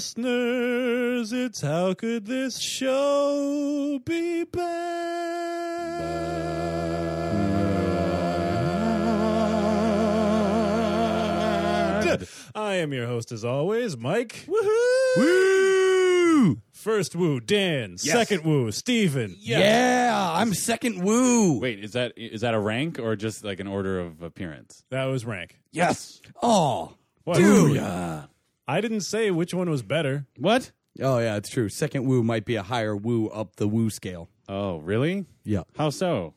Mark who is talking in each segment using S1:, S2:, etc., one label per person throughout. S1: listeners, it's how could this show be bad? I am your host, as always, Mike. Woohoo! Woo! First woo, Dan. Second woo, Steven.
S2: Yeah, I'm second woo.
S3: Wait, is that is that a rank or just like an order of appearance?
S1: That was rank.
S3: Yes.
S2: Oh,
S1: What?
S2: dude.
S1: I didn't say which one was better.
S3: What?
S2: Oh yeah, it's true. Second woo might be a higher woo up the woo scale.
S3: Oh, really?
S2: Yeah.
S3: How so?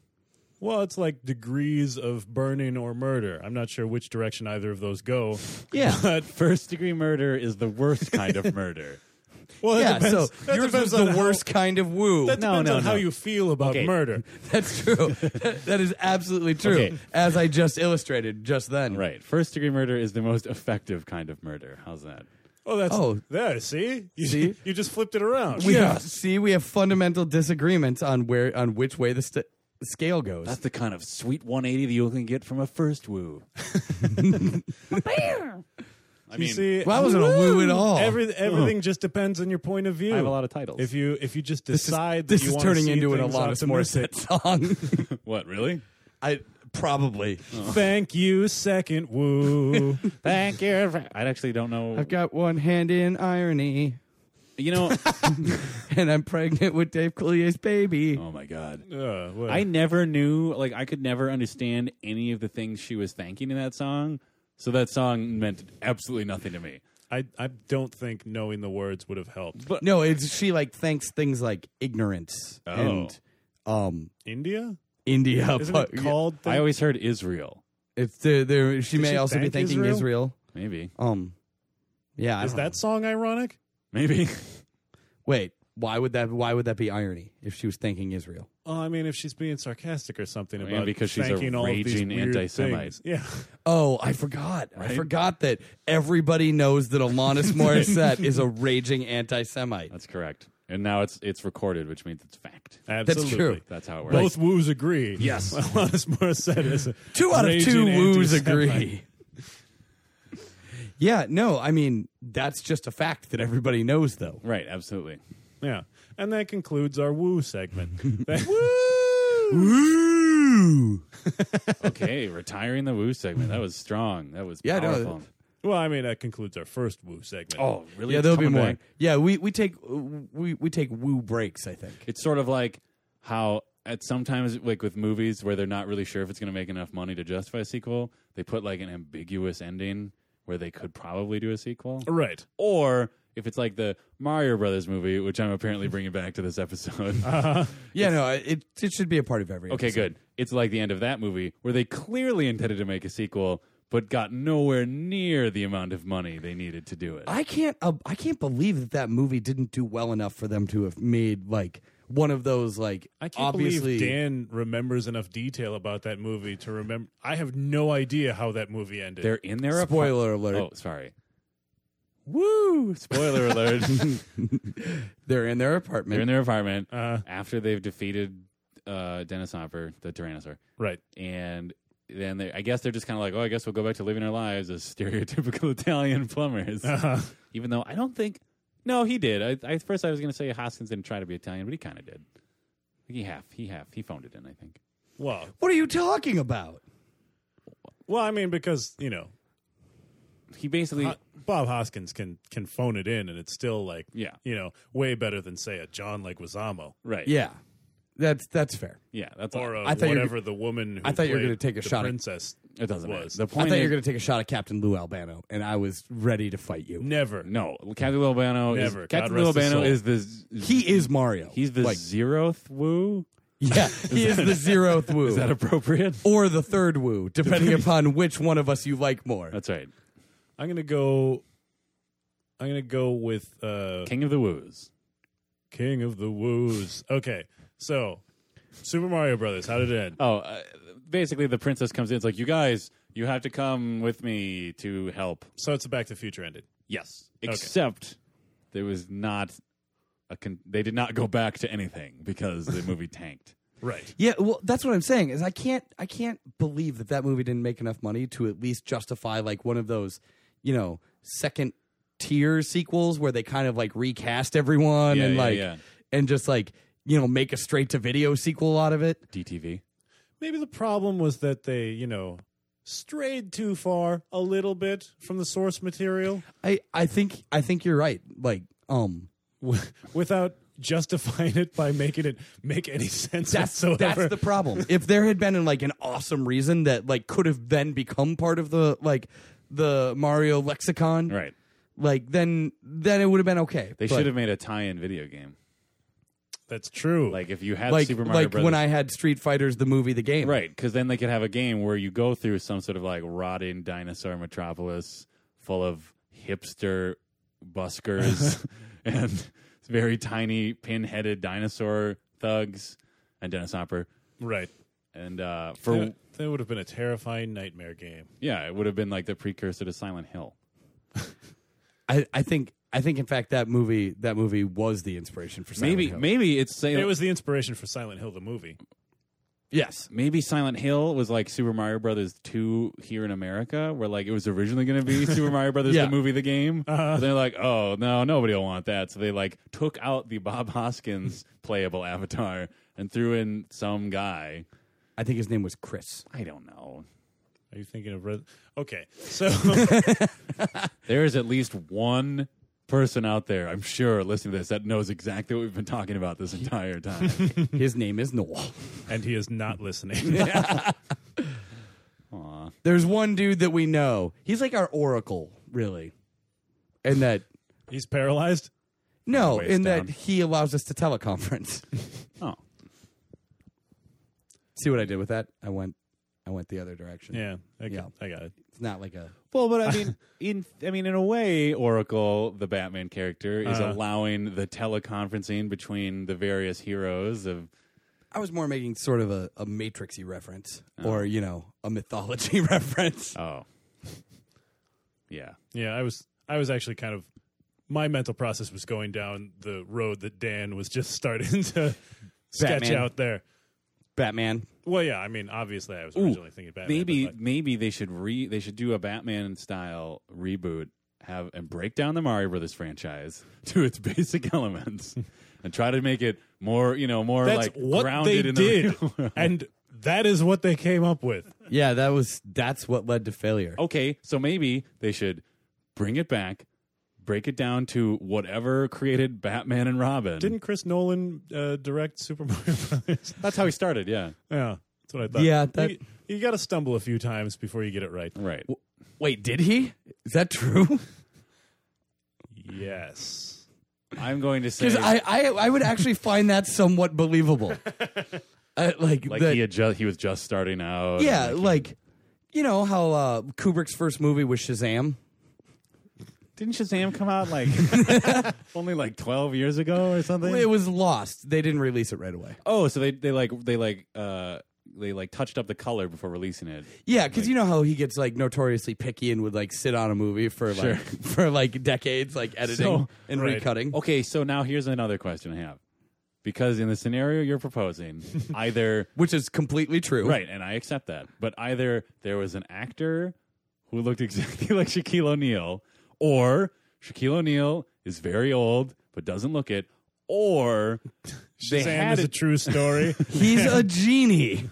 S1: Well, it's like degrees of burning or murder. I'm not sure which direction either of those go.
S2: Yeah.
S3: But first degree murder is the worst kind of murder.
S1: Well, that
S2: yeah.
S1: depends-
S2: so
S1: that
S2: yours
S1: depends
S2: was
S1: on
S2: the
S1: how-
S2: worst kind of woo.
S1: That
S3: No,
S1: depends
S3: no,
S1: on
S3: no.
S1: how you feel about
S3: Okay.
S1: murder.
S2: That's true. That- that is absolutely true.
S3: Okay.
S2: As I just illustrated just then.
S3: Right. First degree murder is the most effective kind of murder. How's that?
S1: Oh, that's
S2: Oh.
S1: there. See, you,
S2: See?
S1: you just flipped it around.
S2: We have, see, we have fundamental disagreements on where on which way the st- scale goes.
S3: That's the kind of sweet 180 that you can get from a first woo. I
S1: you
S3: mean,
S1: see,
S2: well, that wasn't a woo at all.
S1: Every, everything just depends on your point of view.
S3: I have a lot of titles.
S1: If you if you just
S2: this is,
S1: decide
S2: this
S1: that you
S2: is
S1: wanna
S2: turning
S1: see
S2: into an
S1: things
S2: Alanis
S1: optimistic-
S2: Morissette song.
S3: what really?
S2: I probably.
S1: Thank you, second woo.
S3: Thank you. for- I actually don't know.
S2: I've got one hand in irony,
S3: you know.
S2: and I'm pregnant with Dave Collier's baby.
S3: oh my god.
S1: Uh, what-
S3: I never knew, like, I could never understand any of the things she was thanking in that song. So that song meant absolutely nothing to me.
S1: I I don't think knowing the words would have helped.
S3: But
S2: No, it's she like thanks things like ignorance and um
S1: India
S2: India.
S1: isn't
S2: but-
S1: it called?
S3: I
S1: thing-
S3: always heard Israel.
S2: It's there, there, she may
S1: she
S2: also be
S1: thank
S2: thanking Israel.
S1: Israel?
S3: Maybe.
S2: Um, yeah. I
S1: Is
S2: don't
S1: that
S2: know.
S1: song ironic?
S3: Maybe.
S2: wait? Why would that? Why would that be irony if she was thanking Israel?
S1: Well, I mean, if she's being sarcastic or something
S3: mean,
S1: about
S3: because she's a
S1: thanking all of these
S3: raging
S1: weird
S3: anti-Semite.
S1: things. Yeah,
S2: Oh, I forgot. I forgot that everybody knows that Alanis Morissette is a raging anti-Semite.
S3: That's correct. And now it's it's recorded, which means it's fact.
S1: absolutely.
S2: true.
S3: That's how it works.
S1: Both woos agree. Yes, Alanis Morissette is a
S2: Two out of
S1: raging
S2: two woos
S1: anti-Semite.
S2: agree. yeah, no, I mean that's just a fact that everybody knows, though.
S3: Right, absolutely.
S1: Yeah, and that concludes our woo segment. That-
S2: Woo!
S3: Okay, retiring the woo segment. That was strong. That was
S2: Yeah, no,
S3: powerful.
S1: well, I mean, that concludes our first woo segment.
S3: oh, really?
S2: Yeah, there'll be
S3: Coming
S2: more.
S3: back?
S2: Yeah, we we take we we take woo breaks. I think.
S3: It's sort of like how at sometimes like with movies where they're not really sure if it's going to make enough money to justify a sequel, they put like an ambiguous ending where they could probably do a sequel.
S1: right.
S3: Or if it's like the Mario Brothers movie, which I'm apparently bringing back to this episode.
S2: Yeah, no, it it should be a part of every.
S3: okay,
S2: episode.
S3: good. It's like the end of that movie where they clearly intended to make a sequel but got nowhere near the amount of money they needed to do it.
S2: I can't uh, I can't believe that that movie didn't do well enough for them to have made like one of those like
S1: I can't
S2: obviously
S1: believe Dan remembers enough detail about that movie to remember. I have no idea how that movie ended.
S3: They're in their apart-
S2: spoiler alert.
S3: Oh, sorry. Woo! Spoiler alert.
S2: They're in their apartment.
S3: They're in their apartment
S2: Uh.
S1: Uh-huh.
S3: after they've defeated uh, Dennis Hopper, the Tyrannosaur,
S1: right.
S3: and then they, I guess they're just kind of like, oh, I guess we'll go back to living our lives as stereotypical Italian plumbers.
S2: Uh-huh.
S1: Uh,
S3: Even though I don't think, no, he did. I, I at first I was going to say Hoskins didn't try to be Italian, but he kind of did. He half, he half, he phoned it in. I think.
S1: well,
S2: what are you talking about?
S1: well, I mean, because you know,
S3: He basically,
S1: Ho- Bob Hoskins can can phone it in, and it's still like,
S3: Yeah.
S1: you know, way better than say a John Leguizamo
S3: right?
S2: Yeah, that's that's fair.
S3: yeah. That's
S1: or a
S2: I thought you were
S1: whatever the woman. Who
S2: I thought you were
S1: going
S2: gonna
S1: to
S2: take a
S1: the
S2: shot at-
S1: Princess.
S3: it doesn't matter.
S1: was.
S3: The
S2: I
S3: point
S2: thought you
S3: is-
S2: were going to take a shot at Captain Lou Albano, and I was ready to fight you.
S1: Never.
S3: no, Captain Lil Bano is
S1: Never. God
S3: Captain
S1: rest
S3: Lil
S1: his
S3: Bano
S1: soul.
S3: is the z-
S2: He is Mario.
S3: he's the
S2: like,
S3: zeroth woo.
S2: yeah. He is the zeroth woo,
S3: Is that appropriate?
S2: or the third woo, depending upon which one of us you like more.
S3: That's right.
S1: I'm gonna go. I'm gonna go with uh,
S3: King of the Woos.
S1: King of the Woos. Okay, so Super Mario Brothers. How did it end?
S3: Oh, uh, basically the princess comes in. It's like, you guys, you have to come with me to help.
S1: So it's a Back to the Future ended.
S3: Yes, except there was not a. Con- they did not go back to anything because the movie tanked.
S1: Right.
S2: Yeah, well, that's what I'm saying is I can't I can't believe that that movie didn't make enough money to at least justify like one of those, you know, second tier sequels where they kind of like recast everyone
S3: Yeah,
S2: and
S3: yeah,
S2: like
S3: yeah.
S2: and just like you know make a straight to video sequel out of it.
S3: DTV.
S1: Maybe the problem was that they, you know, strayed too far a little bit from the source material
S2: I I think I think you're right. Like um
S1: w- without justifying it by making it make any sense
S2: that's
S1: whatsoever.
S2: that's the problem. if there had been like an awesome reason that like could have then become part of the like the Mario lexicon,
S3: Right.
S2: Like then then it would have been okay.
S3: They
S2: But,
S3: should have made a tie-in video game.
S1: That's true.
S3: Like if you had
S2: like
S3: Super Mario
S2: like
S3: Brothers,
S2: when I had Street Fighters the movie the game.
S3: right? Because then they could have a game where you go through some sort of like rotting dinosaur metropolis full of hipster buskers and very tiny pin-headed dinosaur thugs and Dennis Hopper.
S1: right.
S3: And uh, for
S1: That, that would have been a terrifying nightmare game.
S3: yeah, it would have been like the precursor to Silent Hill.
S2: I, I think I think in fact that movie that movie was the inspiration for Silent
S3: maybe
S2: Hill.
S3: maybe it's Silent
S1: It was the inspiration for Silent Hill the movie.
S2: yes.
S3: maybe Silent Hill was like Super Mario Brothers 2 here in America, where like it was originally going to be Super Mario Brothers
S2: Yeah.
S3: the movie, the game. But they're like, oh no, nobody will want that. So they like took out the Bob Hoskins playable avatar and threw in some guy.
S2: I think his name was Chris.
S3: I don't know.
S1: Are you thinking of Res- Okay. So
S3: There is at least one person out there, I'm sure, listening to this that knows exactly what we've been talking about this entire time.
S2: his name is Noel.
S1: and he is not listening.
S3: Aw.
S2: There's one dude that we know. He's like our oracle, really. And that
S1: He's paralyzed.
S2: no,
S3: Waist
S2: in
S3: down.
S2: that he allows us to teleconference.
S3: Oh.
S2: See what I did with that? I went I went the other direction.
S1: Yeah. Okay.
S2: Yeah.
S1: I got it.
S2: It's not like a
S3: Well, but I mean, in I mean, in a way, Oracle, the Batman character, is
S1: Uh-huh.
S3: allowing the teleconferencing between the various heroes of.
S2: I was more making sort of a, a matrixy reference or, you know, a mythology reference.
S3: Oh, yeah,
S1: Yeah, I was I was actually kind of my mental process was going down the road that Dan was just starting to sketch
S2: Batman.
S1: out there.
S2: Batman.
S1: Well, yeah, I mean, obviously, I was originally thinking Batman.
S3: maybe
S1: but, like,
S3: maybe they should re they should do a Batman style reboot, have and break down the Mario Brothers franchise to its basic elements, and try to make it more you know more
S1: that's
S3: like
S1: what they
S3: grounded in
S1: did,
S3: the real world.
S1: and that is what they came up with.
S2: Yeah, that was that's what led to failure.
S3: okay, so maybe they should bring it back, break it down to whatever created Batman and Robin.
S1: Didn't Chris Nolan uh, direct Super Mario Brothers?
S3: That's how he started, yeah.
S1: yeah, that's what I thought.
S2: Yeah, that-
S1: you, you got to stumble a few times before you get it right.
S3: Right.
S2: Wait, did he? Is that true?
S1: Yes,
S3: I'm going to say
S2: Because I, I I would actually find that somewhat believable. Uh, like
S3: like
S2: that-
S3: he had just he was just starting out.
S2: yeah,
S3: and,
S2: like you know how uh, Kubrick's first movie was Shazam.
S3: didn't Shazam come out like only like 12 years ago or something?
S2: It was lost. They didn't release it right away.
S3: oh, so they they like they like uh they like touched up the color before releasing it.
S2: Yeah, because you know how he gets like notoriously picky and would like sit on a movie for like
S3: Sure.
S2: for like decades, like editing
S3: So- Oh,
S2: and
S1: Right.
S2: recutting.
S3: Okay, so now here's another question I have. Because in the scenario you're proposing, either
S2: Which is completely true.
S3: Right, and I accept that. But either there was an actor who looked exactly like Shaquille O'Neal, or Shaquille O'Neal is very old but doesn't look it, or they
S1: Shazam
S3: had
S1: is a
S3: it.
S1: true story.
S2: He's a genie.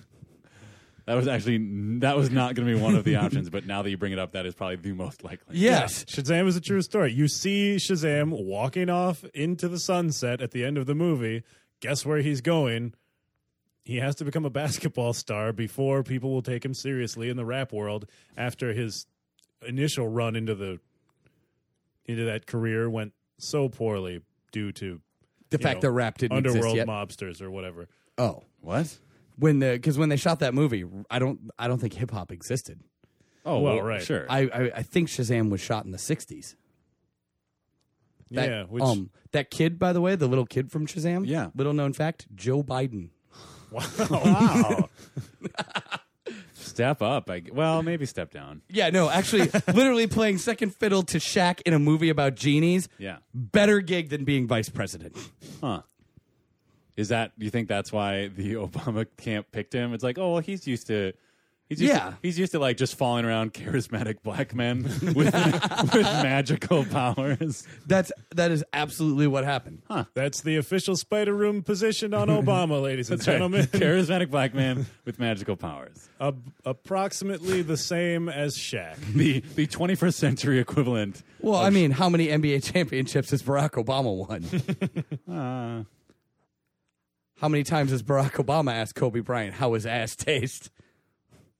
S3: that was actually that was not going to be one of the options. But now that you bring it up, that is probably the most likely.
S2: Yes.
S1: Shazam is a true story. You see Shazam walking off into the sunset at the end of the movie. Guess where he's going? He has to become a basketball star before people will take him seriously in the rap world after his initial run into the into that career went so poorly due to
S2: The
S1: you
S2: fact
S1: know,
S2: that rap didn't
S1: underworld
S2: exist yet.
S1: mobsters or whatever.
S2: oh,
S3: What?
S2: when the because when they shot that movie, I don't I don't think hip hop existed.
S3: Oh
S1: Well,
S3: well,
S1: right.
S3: Sure.
S2: I, I I think Shazam was shot in the '60s. That,
S1: yeah, which
S2: um, that kid, by the way, the little kid from Shazam.
S3: Yeah.
S2: little known fact: Joe Biden.
S3: wow. step up. I, well, maybe step down.
S2: Yeah, no, actually, literally playing second fiddle to Shaq in a movie about genies.
S3: Yeah.
S2: better gig than being vice president.
S3: Huh. Is that you think that's why the Obama camp picked him? It's like, oh well, he's used to He's used
S2: Yeah.
S3: to, he's used to like just falling around charismatic black men with with magical powers.
S2: That's that is absolutely what happened.
S1: That's the official spider room position on Obama, ladies and gentlemen.
S3: Charismatic black man with magical powers.
S1: Ab- approximately the same as Shaq.
S3: The the 21st century equivalent.
S2: Well, I mean, how many NBA championships has Barack Obama won?
S3: Uh,
S2: how many times has Barack Obama asked Kobe Bryant how his ass tastes?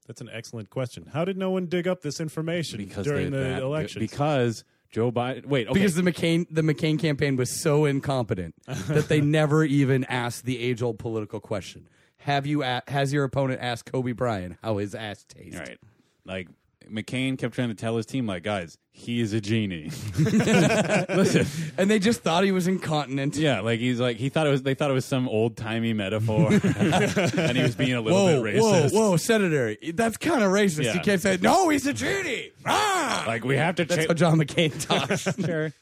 S1: That's an excellent question. How did no one dig up this information
S3: because
S1: during
S3: they-
S1: the
S3: that-
S1: election?
S3: Because Joe Biden. Wait, okay.
S2: Because the McCain the McCain campaign was so incompetent that they never even asked the age old political question. Have you a- has your opponent asked Kobe Bryant how his ass tastes?
S3: All right. Like McCain kept trying to tell his team, like, guys, he is a genie. Listen,
S2: And they just thought he was incontinent.
S3: yeah, like he's like he thought it was. They thought it was some old timey metaphor, and he was being a little
S2: Whoa,
S3: bit
S2: whoa,
S3: racist.
S2: whoa, Senator! That's kind of racist.
S3: Yeah.
S2: You can't say no. He's a genie. Ah!
S3: Like we have to
S2: That's
S3: change.
S2: how John McCain talks.
S3: Sure.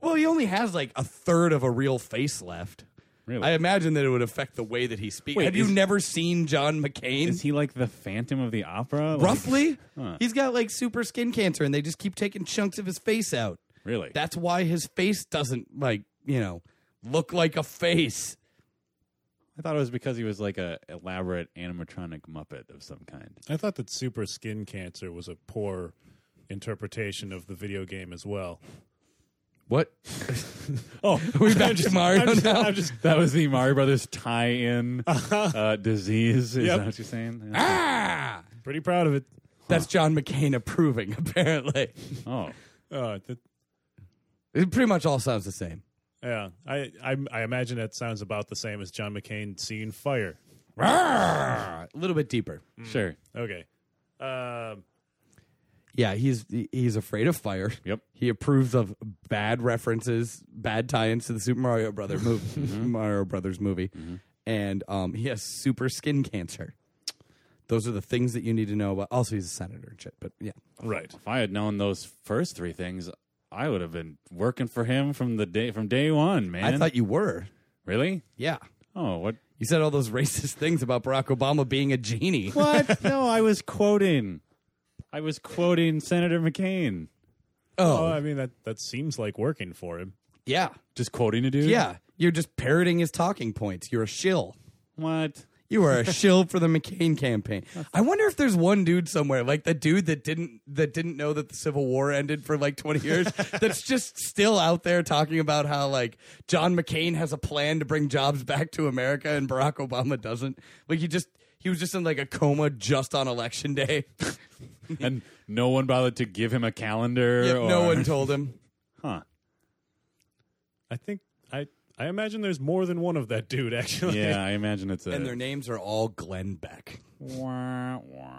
S2: well, he only has like a third of a real face left.
S3: Really?
S2: I imagine that it would affect the way that he speaks.
S3: Wait,
S2: Have
S3: is-
S2: you never seen John McCain?
S3: Is he like the Phantom of the Opera? Like-
S2: Roughly, he's got like super skin cancer, and they just keep taking chunks of his face out.
S3: Really?
S2: That's why his face doesn't like you know look like a face.
S3: I thought it was because he was like a elaborate animatronic Muppet of some kind.
S1: I thought that super skin cancer was a poor interpretation of the video game as well.
S2: What?
S3: Oh,
S2: Are we back to Mario
S1: I'm just,
S2: now?
S1: I'm just-
S3: that was the Mario Brothers tie-in
S2: Uh-huh.
S3: uh, disease. Is
S1: Yep.
S3: that what you're saying?
S2: ah!
S1: pretty proud of it.
S2: That's John McCain approving. Apparently,
S3: Oh,
S1: Uh, th-
S2: it pretty much all sounds the same.
S1: yeah, I, I I imagine that sounds about the same as John McCain seeing fire.
S2: Rawr! A little bit deeper.
S3: sure.
S1: Okay. Um,
S2: Yeah, he's he- he's afraid of fire.
S3: Yep.
S2: He approves of bad references, bad tie-ins to the Super Mario Brother movie, Mario Brothers movie, and um, he has super skin cancer. Those are the things that you need to know about. Also, he's a senator and shit. But yeah,
S1: right.
S3: If I had known those first three things, I would have been working for him from the day from day one, man.
S2: I thought you were.
S3: really?
S2: Yeah,
S3: Oh, what?
S2: you said all those racist things about Barack Obama being a genie.
S3: What? no, I was quoting. I was quoting Senator McCain.
S1: Oh,
S2: Oh,
S1: I mean that that seems like working for him.
S2: yeah,
S3: Just quoting a dude.
S2: yeah. You're just parroting his talking points. You're a shill.
S3: What?
S2: You are a shill for the McCain campaign. I wonder if there's one dude somewhere, like the dude that didn't that didn't know that the Civil War ended for like 20 years, that's just still out there talking about how like John McCain has a plan to bring jobs back to America and Barack Obama doesn't. Like he just he was just in like a coma just on election day.
S3: and no one bothered to give him a calendar.
S2: Yet
S3: or,
S2: no one told him.
S3: Huh.
S1: I think I I imagine there's more than one of that dude actually.
S3: Yeah, I imagine it's a.
S2: And their names are all Glenn Beck.
S3: Wah, wah.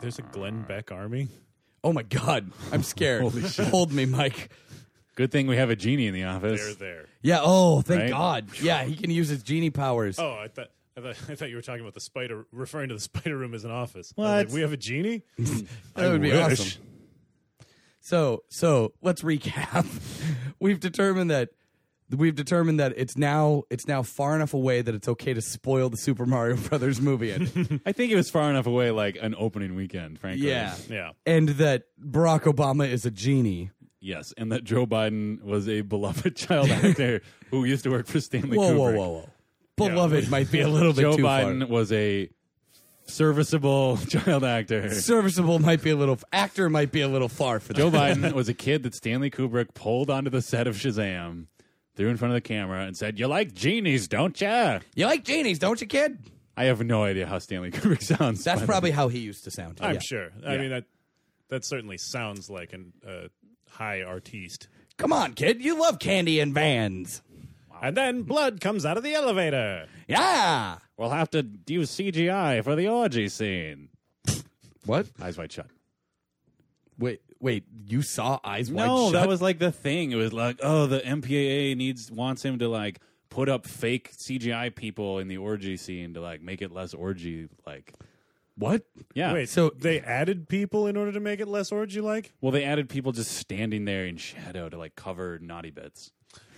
S1: There's a Glenn Beck army.
S2: Oh my god, I'm scared.
S3: Holy shit.
S2: Hold me, Mike.
S3: Good thing we have a genie in the
S1: They're
S3: office.
S1: there.
S2: Yeah, oh, thank
S3: Right?
S2: God. Yeah, he can use his genie powers.
S1: Oh, I thought. I thought, I thought you were talking about the spider, referring to the spider room as an office. I was
S3: What?
S1: like, we have a genie?
S2: That would be
S1: wish.
S2: awesome. So, so let's recap. we've determined that we've determined that it's now it's now far enough away that it's okay to spoil the Super Mario Brothers movie. ending.
S3: I think it was far enough away, like an opening weekend, frankly.
S2: yeah.
S1: Yeah.
S2: And that Barack Obama is a genie.
S3: Yes, and that Joe Biden was a beloved child actor who used to work for Stanley
S2: Whoa,
S3: Kubrick.
S2: whoa, whoa, whoa. Beloved might be a little bit
S3: Joe
S2: too
S3: Biden
S2: far.
S3: was a serviceable child actor.
S2: Serviceable might be a little actor might be a little far for that.
S3: Joe Biden was a kid that Stanley Kubrick pulled onto the set of Shazam, threw in front of the camera, and said, "You like genies, don't ya?"
S2: You like genies, don't you, kid?
S3: I have no idea how Stanley Kubrick sounds.
S2: That's
S3: but-
S2: probably how he used to sound.
S1: I'm
S2: Oh, Yeah.
S1: sure. I mean, that that certainly sounds like an uh, high artiste.
S2: Come on, kid. You love candy and vans.
S1: And then blood comes out of the elevator.
S2: Yeah.
S3: we'll have to use CGI for the orgy scene.
S2: What?
S3: Eyes wide shut.
S2: Wait, wait. You saw eyes wide
S3: no,
S2: shut?
S3: that was like the thing. It was like, oh, the MPAA needs wants him to like put up fake CGI people in the orgy scene to like make it less orgy like.
S2: what?
S3: Yeah.
S1: Wait,
S2: So-
S1: so they added people in order to make it less orgy like?
S3: Well, they added people just standing there in shadow to like cover naughty bits.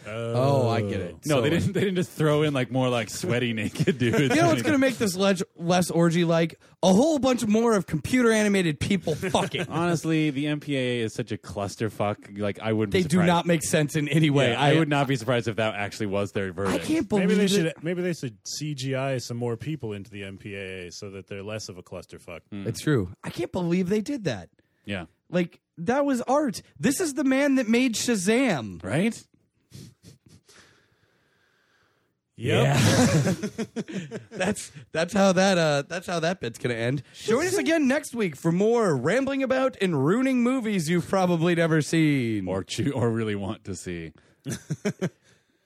S2: Oh, I get it.
S3: No,
S2: So,
S3: they
S2: like-
S3: didn't. They didn't just throw in like more like sweaty naked dudes.
S2: You know what's going to make this ledge less orgy like? A whole bunch more of computer animated people fucking.
S3: Honestly, the MPAA is such a clusterfuck. Like I wouldn't.
S2: they
S3: be
S2: do
S3: surprised.
S2: not make sense in any way.
S3: Yeah, I, would not be surprised if that actually was their
S2: I
S3: verdict.
S2: can't believe
S1: Maybe they
S2: it.
S1: should. Maybe they should CGI some more people into the MPAA so that they're less of a clusterfuck.
S3: Hmm.
S2: It's true. I can't believe they did that.
S3: Yeah.
S2: Like that was art. This is the man that made Shazam.
S3: Right.
S1: Yep.
S2: That's that's how that uh that's how that bit's gonna end. Join us again next week for more rambling about and ruining movies you've probably never seen.
S3: Or choo- or really want to see.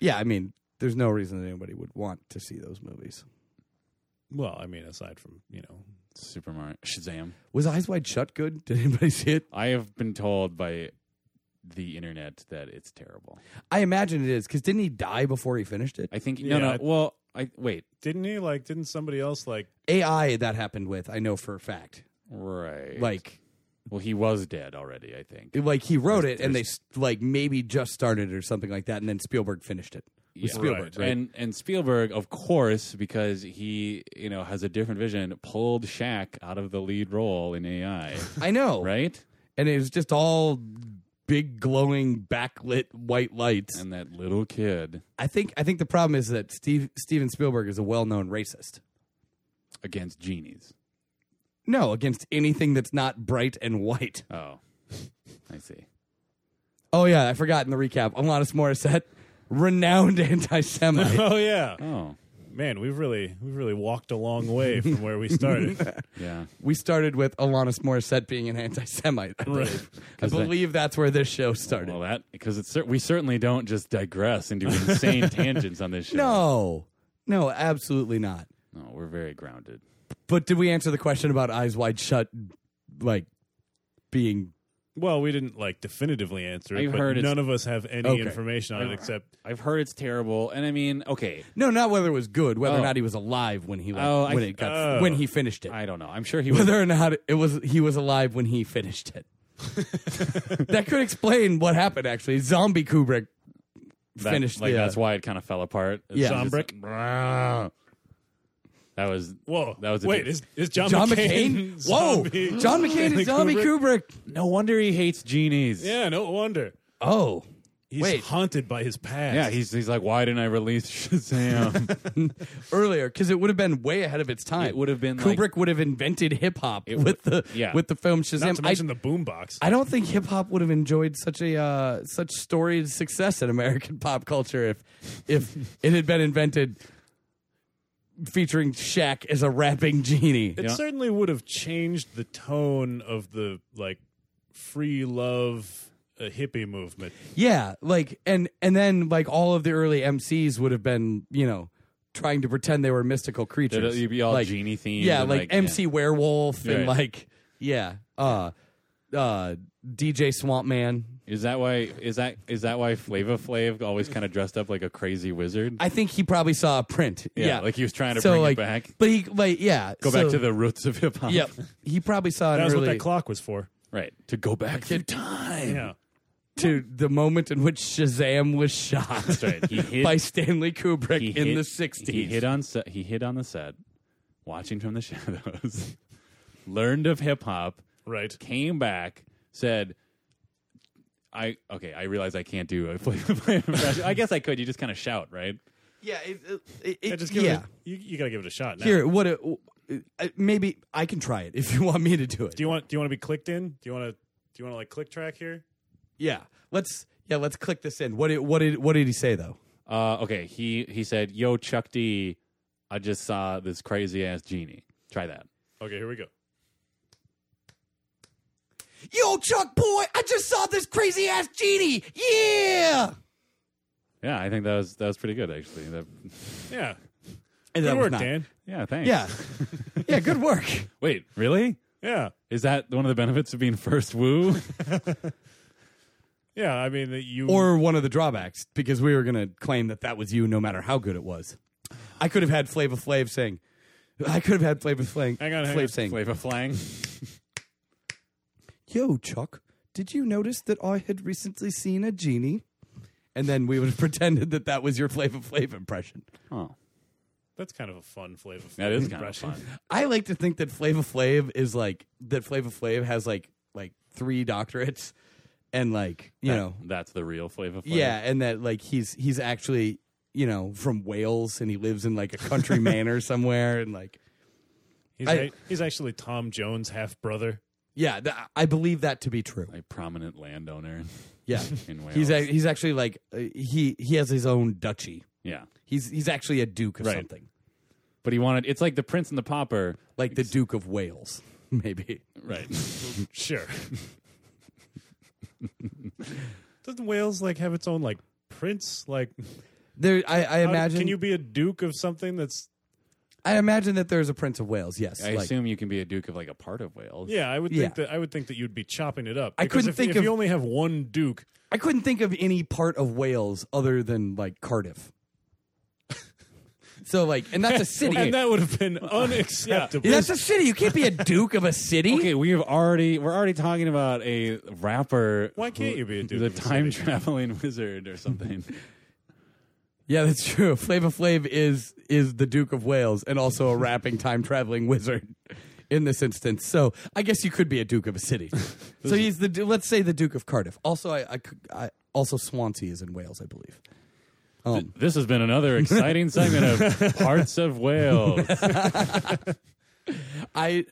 S2: yeah, I mean, there's no reason that anybody would want to see those movies.
S1: Well, I mean, aside from you know,
S3: Super Mario Shazam.
S2: Was Eyes Wide Shut good? Did anybody see it?
S3: I have been told by the internet that it's terrible.
S2: I imagine it is because didn't he die before he finished it?
S3: I think
S1: Yeah,
S3: no no.
S1: I-
S3: well, I wait.
S1: didn't he like? Didn't somebody else like?
S2: AI that happened with I know for a fact.
S3: Right.
S2: Like
S3: well, he was dead already. I think.
S2: like he wrote it and they s- like maybe just started it or something like that, and then Spielberg finished it. With
S3: Yeah.
S2: Spielberg,
S1: Right.
S2: right?
S3: And and Spielberg, of course, because he you know has a different vision, pulled Shaq out of the lead role in AI,
S2: I know,
S3: right?
S2: And it was just all big glowing backlit white lights.
S3: And that little kid
S2: I think I think the problem is that Steve Steven Spielberg is a well known racist.
S3: against genies.
S2: No, against anything that's not bright and white.
S3: Oh, I see.
S2: Oh yeah, I forgot in the recap. Alanis Morissette, renowned anti-Semite.
S1: Oh yeah,
S3: Oh,
S1: man, we've really we've really walked a long way from where we started.
S3: yeah.
S2: we started with Alanis Morissette being an anti-Semite. I believe, I
S3: 'Cause that-
S2: believe that's where this show started.
S3: Well, that because it's cer- we certainly don't just digress into insane tangents on this show.
S2: no, no, absolutely not.
S3: no, we're very grounded.
S2: But did we answer the question about Eyes Wide Shut, like being?
S1: well, we didn't like definitively answer it,
S3: I've
S1: but
S3: heard it's-
S1: none of us have any
S2: Okay.
S1: information on it except
S3: I've heard it's terrible, and I mean, okay,
S2: No, not whether it was good, whether or
S3: Oh.
S2: not he was alive when he like,
S3: Oh, I
S2: when
S3: th-
S2: it got
S1: oh.
S2: when he finished it.
S3: I don't know. I'm sure he was.
S2: whether or not it was he was alive when he finished it. that could explain what happened. Actually, zombie Kubrick
S3: that-
S2: finished.
S3: like
S2: the, uh,
S3: that's why it kind of fell apart. It's
S2: Yeah.
S3: just- That was
S1: whoa.
S3: That was a
S1: wait,
S3: diff-
S1: is, is John,
S2: John
S1: McCain?
S2: McCain. Whoa,
S1: zombie?
S2: John McCain
S1: Stanley
S2: is zombie
S1: Kubrick?
S2: Kubrick.
S3: no wonder he hates genies.
S1: Yeah, no wonder.
S2: Oh,
S1: He's
S2: Wait.
S1: haunted by his past.
S3: yeah. He's he's like, why didn't I release Shazam?
S2: earlier because it would have been way ahead of its time.
S3: It would have been like-
S2: Kubrick would have invented hip hop
S3: would-
S2: with the
S3: yeah.
S2: with the film Shazam.
S1: not to
S2: I-
S1: mention the boombox.
S2: I don't think hip hop would have enjoyed such a uh, such storied success in American pop culture if if it had been invented featuring Shaq as a rapping genie.
S1: It
S3: Yeah.
S1: certainly would have changed the tone of the like free love uh, hippie movement.
S2: Yeah, like and and then like all of the early MCs would have been you know trying to pretend they were mystical creatures.
S3: It'd- it'd be all
S2: like,
S3: genie themed.
S2: Yeah, like, MC Werewolf and
S3: Right.
S2: like yeah, uh, uh, DJ Swamp Man.
S3: Is that why? Is that is that why Flava Flav always kind of dressed up like a crazy wizard?
S2: I think he probably saw a print. Yeah,
S3: Yeah, like he was trying to
S2: so
S3: bring it
S2: like,
S3: back.
S2: But he like yeah,
S3: Go back
S2: so-
S3: to the roots of hip hop.
S2: Yep. He probably saw an
S1: That was what
S2: early
S1: that clock was for.
S3: Right. To go back to time.
S2: Mm-hmm.
S1: Yeah.
S2: to the moment in which Shazam was shot
S3: That's right. He hit
S2: by Stanley Kubrick
S3: he
S2: in
S3: hit-
S2: the sixties.
S3: He hit on set, he hit on the set, watching from the shadows, learned of hip hop,
S1: Right.
S3: came back, said I okay, I realize I can't do a play play impression. I guess I could, you just kinda shout, right?
S2: yeah, it, it, it,
S1: Yeah, just give
S2: yeah.
S1: it a, you, you got to give it a shot. Now.
S2: Here, what? A, uh, maybe I can try it if you want me to do it.
S1: Do you want? Do you want to be clicked in? Do you want to? Do you want to like click track here?
S2: yeah, let's yeah let's click this in. What did what did what did he say though?
S3: Uh okay, he he said, Yo, Chuck D, I just saw this crazy ass genie. Try that.
S1: Okay, here we go.
S2: Yo, Chuck boy, I just saw this crazy ass genie. Yeah,
S3: Yeah, I think that was that was pretty good actually. That,
S1: Yeah. Good
S2: and that was
S1: work,
S2: not-
S1: Dan.
S3: yeah, thanks.
S2: Yeah, yeah, good work.
S3: Wait, really?
S1: Yeah.
S3: Is that one of the benefits of being first woo?
S1: Yeah. I mean, that you.
S2: or one of the drawbacks because we were going to claim that that was you no matter how good it was. I could have had Flava Flav saying, I could have had Flava Flav,
S1: Hang on, hang
S2: Flav
S1: on.
S2: saying,
S3: Flavor flang.
S2: Yo, Chuck, did you notice that I had recently seen a genie? and then we would have pretended that that was your Flava Flav impression.
S3: Oh,
S1: That's kind of a fun flavor.
S3: that is kind
S1: impression.
S3: of fun.
S2: I like to think that Flava Flav is like that. Flava Flav has like like three doctorates, and like you
S3: That-
S2: know,
S3: that's the real flavor.
S2: yeah, and that like he's he's actually you know from Wales and he lives in like a country manor somewhere, and like
S1: He's,
S2: I-
S1: a- he's actually Tom Jones' half brother.
S2: yeah, th- I believe that to be true.
S3: a prominent landowner
S2: Yeah,
S3: in Wales.
S2: he's ac he's actually like uh, he he has his own duchy.
S3: yeah,
S2: He's he's actually a duke of
S3: Right.
S2: something,
S3: but he wanted. It's like the Prince and the Pauper,
S2: like the Duke of Wales, maybe.
S3: right?
S1: Sure. Doesn't Wales like have its own like prince? Like,
S2: There, I, I
S1: how-
S2: imagine.
S1: can you be a duke of something that's?
S2: I imagine that there's a Prince of Wales. Yes,
S3: I
S2: like-
S3: assume you can be a duke of like a part of Wales.
S1: Yeah, I would
S2: Yeah.
S1: think that I would think that you'd be chopping it up.
S2: I
S1: Because
S2: couldn't
S1: if,
S2: think
S1: if
S2: of-
S1: you only have one duke.
S2: I couldn't think of any part of Wales other than like Cardiff. so like, and that's a city.
S1: And that would have been unacceptable.
S2: Yeah, that's a city. You can't be a duke of a city.
S3: Okay, we've already we're already talking about a rapper.
S1: Why can't you be a duke
S3: The
S1: of a
S3: time traveling wizard or something.
S2: Yeah, that's true. Flava Flav is is the Duke of Wales and also a rapping time traveling wizard in this instance. So I guess you could be a Duke of a city. so he's the du- let's say the Duke of Cardiff. Also, I, I, could- I also Swansea is in Wales, I believe. Um,
S3: this has been another exciting segment of Parts of Wales.
S2: I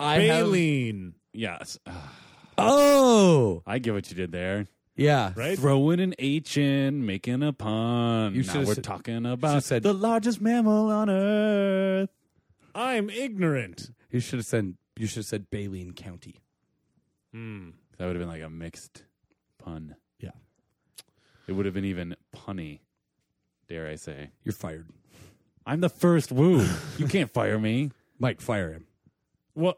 S2: I have-
S1: Baleen,
S3: Yes,
S2: oh
S3: I get what you did there.
S2: yeah
S1: right?
S3: Throwing an H in, making a pun.
S2: You
S3: now
S2: should've
S3: we're
S2: said-
S3: talking about
S2: said-
S3: the largest mammal on Earth.
S1: I'm ignorant.
S2: You should have said you should have said Baleen County.
S3: That would have been like a mixed pun.
S2: Yeah,
S3: It would have been even punny, dare I say.
S2: you're fired,
S3: I'm the first woo. you can't fire me.
S2: Mike. Fire him.
S1: Well,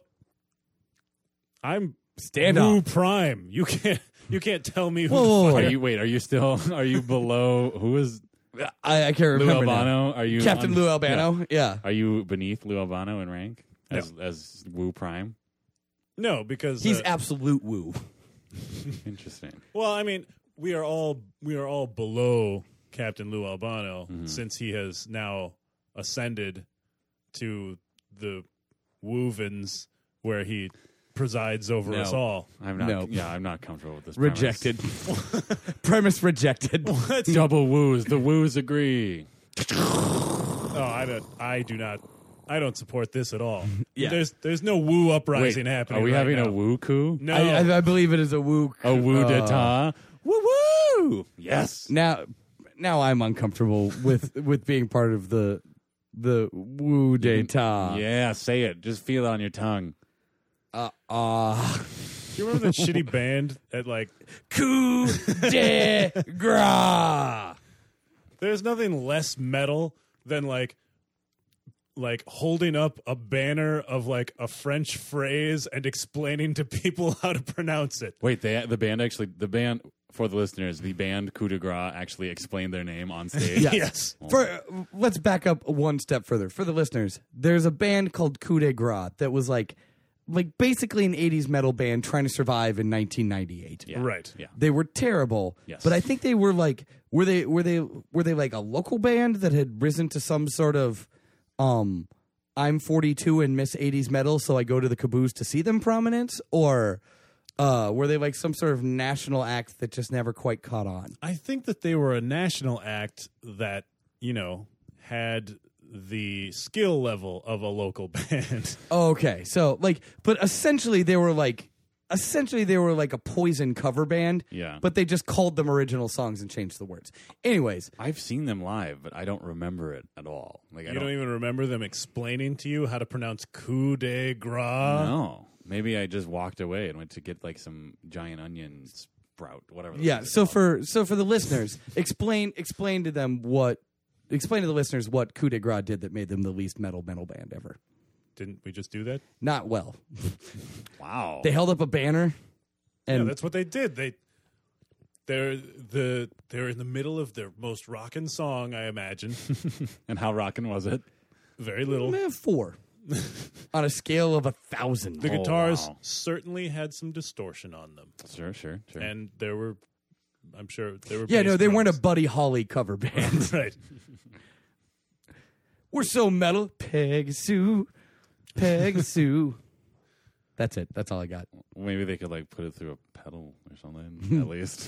S1: I'm
S2: Stand
S1: Woo
S2: up.
S1: Prime. You can't. You can't tell me who.
S2: Whoa,
S1: to
S2: whoa, whoa.
S1: fire.
S3: Are you wait, are you still are you below who is
S2: I, I can't
S3: Lou
S2: remember now.
S3: Albano? Are you
S2: Captain
S3: on-
S2: Lou
S3: Yeah.
S2: Albano. Yeah.
S3: Are you beneath Lou Albano in rank? As as Woo Prime?
S1: No, because
S2: he's
S1: uh,
S2: absolute woo.
S3: Interesting.
S1: Well, I mean, we are all we are all below Captain Lou Albano
S3: Mm-hmm.
S1: since he has now ascended to the Woovens, where he presides over
S3: No.
S1: us all.
S3: I'm not
S2: No.
S3: yeah, I'm not comfortable with this. premise.
S2: Rejected. Premise rejected.
S3: Double woos. The woos agree.
S1: Oh, I don't. I do not. I don't support this at all.
S2: Yeah.
S1: There's there's no woo uprising happening.
S3: are we
S1: right
S3: having
S1: now.
S3: a woo coup?
S1: No.
S2: I, I, I believe it is a woo.
S3: A woo
S2: uh,
S3: d'etat?
S2: Woo woo.
S3: Yes.
S2: Now, now I'm uncomfortable with with being part of the the woo d'état.
S3: Yeah, say it. Just feel it on your tongue.
S2: Uh, uh,
S1: Do you remember that shitty band at like?
S2: coup de grace.
S1: There's nothing less metal than like, like holding up a banner of like a French phrase and explaining to people how to pronounce it.
S3: Wait, they, the band actually, the band, for the listeners, the band Coup de Grace actually explained their name on stage.
S2: Yeah.
S1: Yes.
S2: For let's back up one step further for the listeners. There's a band called Coup de Grace that was like, like basically an '80s metal band trying to survive in 1998.
S3: Yeah.
S1: Right.
S3: Yeah.
S2: They were terrible,
S3: Yes.
S2: but I think they were like, were they were they were they like a local band that had risen to some sort of, um, I'm 42 and miss '80s metal, so I go to the caboose to see them prominence, or uh, were they like some sort of national act that just never quite caught on?
S1: I think that they were a national act that you know had the skill level of a local band.
S2: Okay, so like, but essentially they were like, essentially they were like a Poison cover band.
S3: Yeah.
S2: But they just called them original songs and changed the words. Anyways,
S3: I've seen them live, but I don't remember it at all. Like, I
S1: You don't
S3: don't,
S1: even remember them explaining to you how to pronounce coup de grace.
S3: know. Maybe I just walked away and went to get like some giant onion sprout, whatever. those
S2: yeah.
S3: things are
S2: So
S3: called.
S2: for so for the listeners, explain explain to them what explain to the listeners what coup de grace did that made them the least metal metal band ever.
S1: Didn't we just do that?
S2: Not well.
S3: wow.
S2: They held up a banner,
S1: Yeah,
S2: and
S1: that's what they did. They they're the they're in the middle of their most rockin' song, I imagine.
S3: and how rocking was it?
S1: Very little.
S2: Eh, four on a scale of a thousand.
S1: The
S3: Oh,
S1: guitars
S3: wow.
S1: certainly had some distortion on them,
S3: Sure, sure, sure.
S1: and there were I'm sure they were.
S2: Yeah, no,
S1: bass
S2: they weren't a
S1: drums.
S2: Buddy Holly cover band.
S1: right.
S2: We're so metal. Pegasus. Pegasus. That's it. That's all I got.
S3: Maybe they could like put it through a pedal or something. at least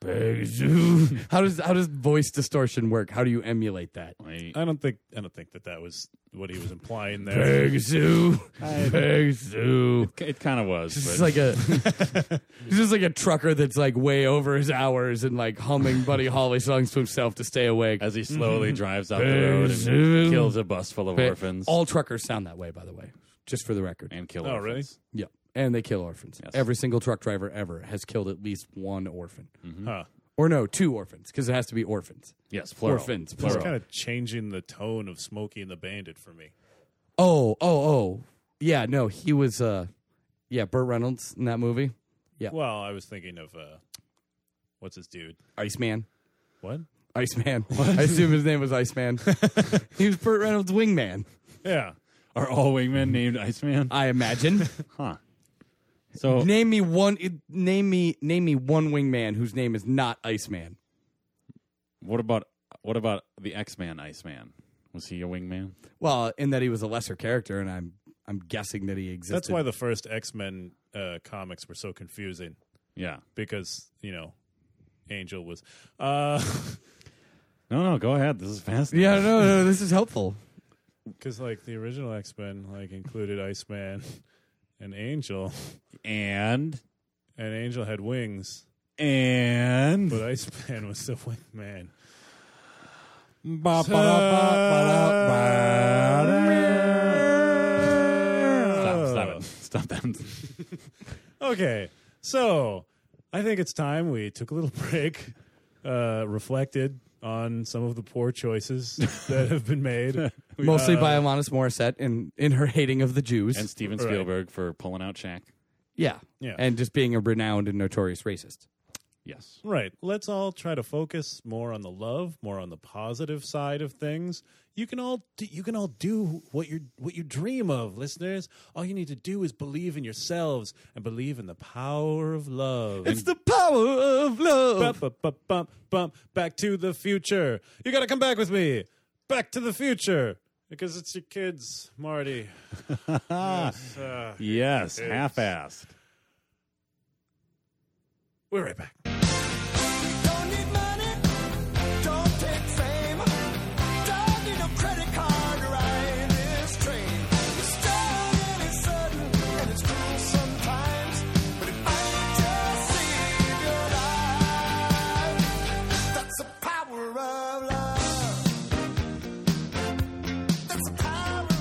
S2: Pegasus. How does how does voice distortion work? How do you emulate that?
S3: I,
S1: I don't think I don't think that that was what he was implying there.
S2: Pegasus. Pegasus.
S3: it kind of was.
S2: This is
S3: but-
S2: like a this is like a trucker that's like way over his hours and like humming Buddy Holly songs to himself to stay awake.
S3: as he
S1: mm-hmm.
S3: slowly drives out the road
S2: Pegasus.
S3: and kills a bus full of orphans
S2: All truckers sound that way, by the way. Just for the record.
S3: and kill
S1: Oh, really?
S3: orphans.
S2: Yeah. And they kill orphans.
S3: Yes.
S2: Every single truck driver ever has killed at least one orphan.
S3: Mm.
S1: Huh.
S2: Or no, two orphans, because it has to be orphans.
S3: Yes, plural.
S2: Orphans,
S1: It's
S2: plural.
S1: kind of changing the tone of Smokey and the Bandit for me.
S2: Oh, oh, oh. Yeah, no, he was uh yeah, Burt Reynolds in that movie.
S1: Well, I was thinking of uh, what's his dude?
S2: Iceman.
S1: What?
S2: Iceman. I assume his name was Iceman. he was Burt Reynolds' wingman,
S1: Yeah,
S3: Are all wingmen named
S1: Uh,
S3: Iceman?
S2: I imagine.
S3: Huh. So
S2: Name me one it- name me name me one wingman whose name is not Iceman.
S3: what about what about the X Man Iceman? Was he a wingman?
S2: Well, in that he was a lesser character and I'm I'm guessing that he existed.
S1: that's why the first X Men uh, comics were so confusing
S3: Yeah.
S1: because you know Angel was. Uh,
S3: No, no. Go ahead. This is fascinating.
S2: Yeah, no, no, this is helpful.
S1: Because like the original X Men like included Iceman and Angel,
S3: And
S1: and Angel had wings,
S3: and
S1: but Iceman was the wingman.
S3: stop, stop it. Oh. Stop that.
S1: Okay, so I think it's time we took a little break, uh, reflected on some of the poor choices that have been made.
S2: Mostly by Alanis Morissette in, in her hating of the Jews.
S3: and Steven
S1: Right.
S3: Spielberg for pulling out Shaq.
S2: yeah.
S1: Yeah.
S2: And just being a renowned and notorious racist.
S3: Yes.
S1: Right. Let's all try to focus more on the love, more on the positive side of things. You can all do, you can all do what you what you dream of, listeners. All you need to do is believe in yourselves and believe in the power of love.
S2: It's the power of love.
S1: bump, bump, bump, bump, bump, back to the future. You got to come back with me. Back to the future because it's your kids, Marty. Yes, uh, Yes.
S3: Yes. Half-assed.
S1: we're right back.
S4: Don't need money, don't take fame, don't need no credit card to ride this train. It's strong and it's sudden and it's cruel sometimes, but it might just save your life. That's the power of love. That's the power of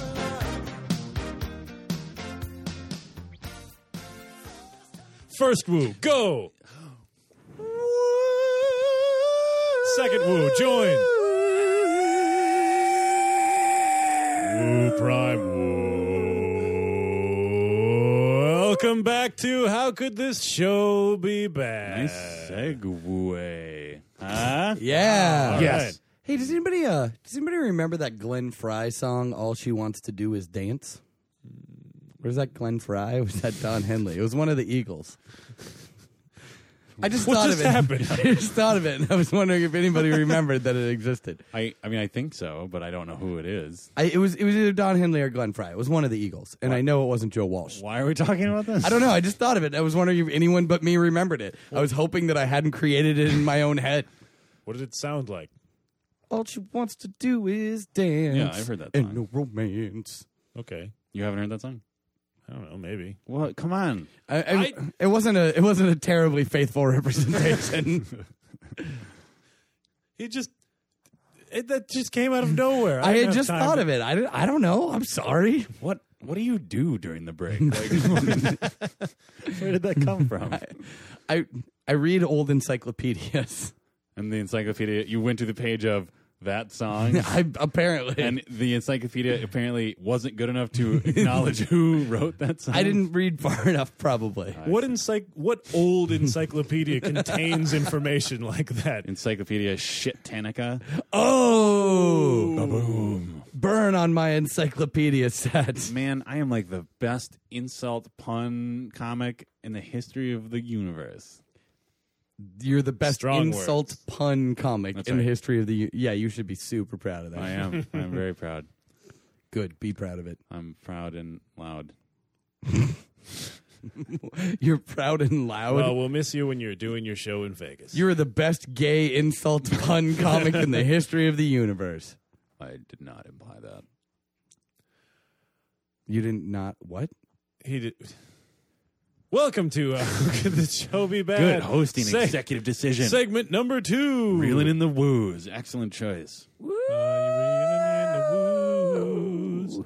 S4: love.
S1: First woo, go. Second woo, join. Woo prime woo. Welcome back to How Could This Show Be Bad?
S3: Nice segue. Huh?
S2: Yeah.
S1: Yes.
S3: Right.
S2: Hey, does anybody uh does anybody remember that Glenn Fry song All She Wants to Do Is Dance? Was that Glenn Fry? Or was that Don Henley? It was one of the Eagles. I just
S1: What
S2: thought
S1: just
S2: of it.
S1: happened?
S2: I just thought of it and I was wondering if anybody remembered that it existed.
S3: I, I mean, I think so, but I don't know who it is.
S2: I, it was it was either Don Henley or Glenn Fry. It was one of the Eagles. And I know it wasn't Joe Walsh.
S3: Why are we talking about this?
S2: I don't know. I just thought of it. I was wondering if anyone but me remembered it. I was hoping that I hadn't created it in my own head.
S1: What did it sound like?
S2: All she wants to do is dance.
S3: Yeah, I've heard that
S2: And
S3: song.
S2: no romance.
S1: Okay.
S3: You haven't heard that song?
S1: I don't know, maybe.
S3: Well, come on.
S2: I, I, it wasn't a it wasn't a terribly faithful representation.
S1: He just it, that just came out of nowhere.
S2: I had just thought of it. I, didn't- I don't know. I'm sorry.
S3: What What do you do during the break? Like, where did that come from?
S2: I I read old encyclopedias.
S3: And the encyclopedia, you went to the page of that song,
S2: I apparently
S3: and the encyclopedia apparently wasn't good enough to acknowledge who wrote that song.
S2: I didn't read far enough. Probably.
S1: What encyc what old encyclopedia contains information like that?
S3: Encyclopedia shit Tanica.
S2: Oh, burn on my encyclopedia set.
S3: Man, I am like the best insult pun comic in the history of the universe.
S2: you're the best
S1: Strong
S2: insult
S1: words.
S2: pun comic
S3: That's
S2: in the
S3: right.
S2: history of the. U- Yeah, you should be super proud of that.
S3: I am. I'm very proud.
S2: Good, be proud of it.
S3: I'm proud and loud.
S2: You're proud and loud.
S1: Uh, Well, we'll miss you when you're doing your show in Vegas.
S2: You're the best gay insult pun comic in the history of the universe.
S3: I did not imply that.
S2: You didn't not what?
S1: he did. Welcome to uh, Could the show be bad?
S3: Good hosting,
S1: Se-
S3: executive decision.
S1: segment number two.
S3: Reeling in the woos. Excellent choice.
S1: Are you reeling in the woos?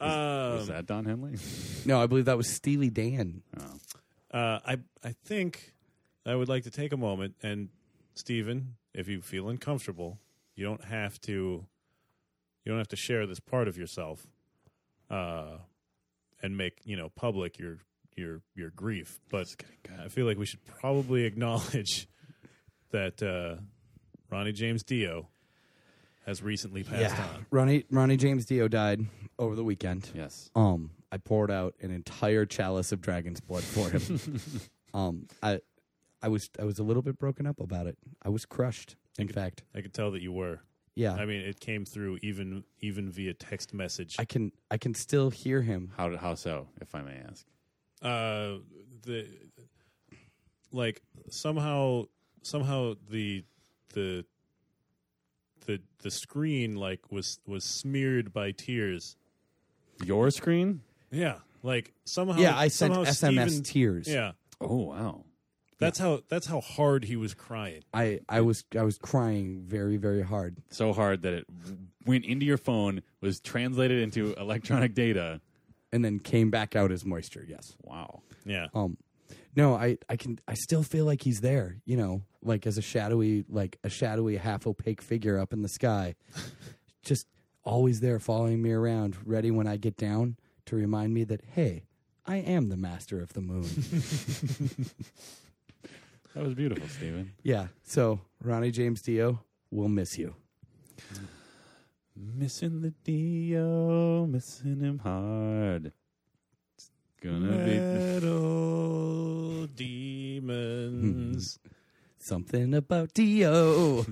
S1: Um,
S3: Was that Don Henley?
S2: No, I believe that was Steely Dan.
S1: uh, I I think I would like to take a moment and Stephen, if you feel uncomfortable, you don't have to you don't have to share this part of yourself uh, and make, you know, public your your your grief, but I feel like we should probably acknowledge that uh, Ronnie James Dio has recently passed on.
S2: Ronnie Ronnie James Dio died over the weekend.
S3: Yes.
S2: Um, I poured out an entire chalice of dragon's blood for him. um, I I was I was a little bit broken up about it. I was crushed. In fact,
S1: I could tell that you were.
S2: yeah.
S1: I mean, it came through even even via text message.
S2: I can I can still hear him.
S3: How, did- how so, if I may ask?
S1: uh the like somehow somehow the the the the screen like was was smeared by tears
S3: Your screen?
S1: yeah like somehow
S2: Yeah, I sent
S1: somehow
S2: SMS
S1: Steven-
S2: tears.
S1: yeah
S3: Oh, wow.
S1: that's how that's how hard he was crying
S2: I, I was I was crying very very hard.
S3: So hard that it went into your phone, was translated into electronic data.
S2: and then came back out as moisture. Yes.
S3: Wow.
S1: yeah
S2: Um, no, I, I can, I still feel like he's there. You know, like as a shadowy, like a shadowy, half opaque figure up in the sky, just always there, following me around, ready when I get down to remind me that hey, I am the master of the moon.
S3: That was beautiful, Steven.
S2: yeah. So Ronnie James Dio, we'll miss you.
S3: Missing the Dio, missing him hard. It's gonna be.
S2: Hmm.
S1: metal demons
S2: Something about Dio.
S3: You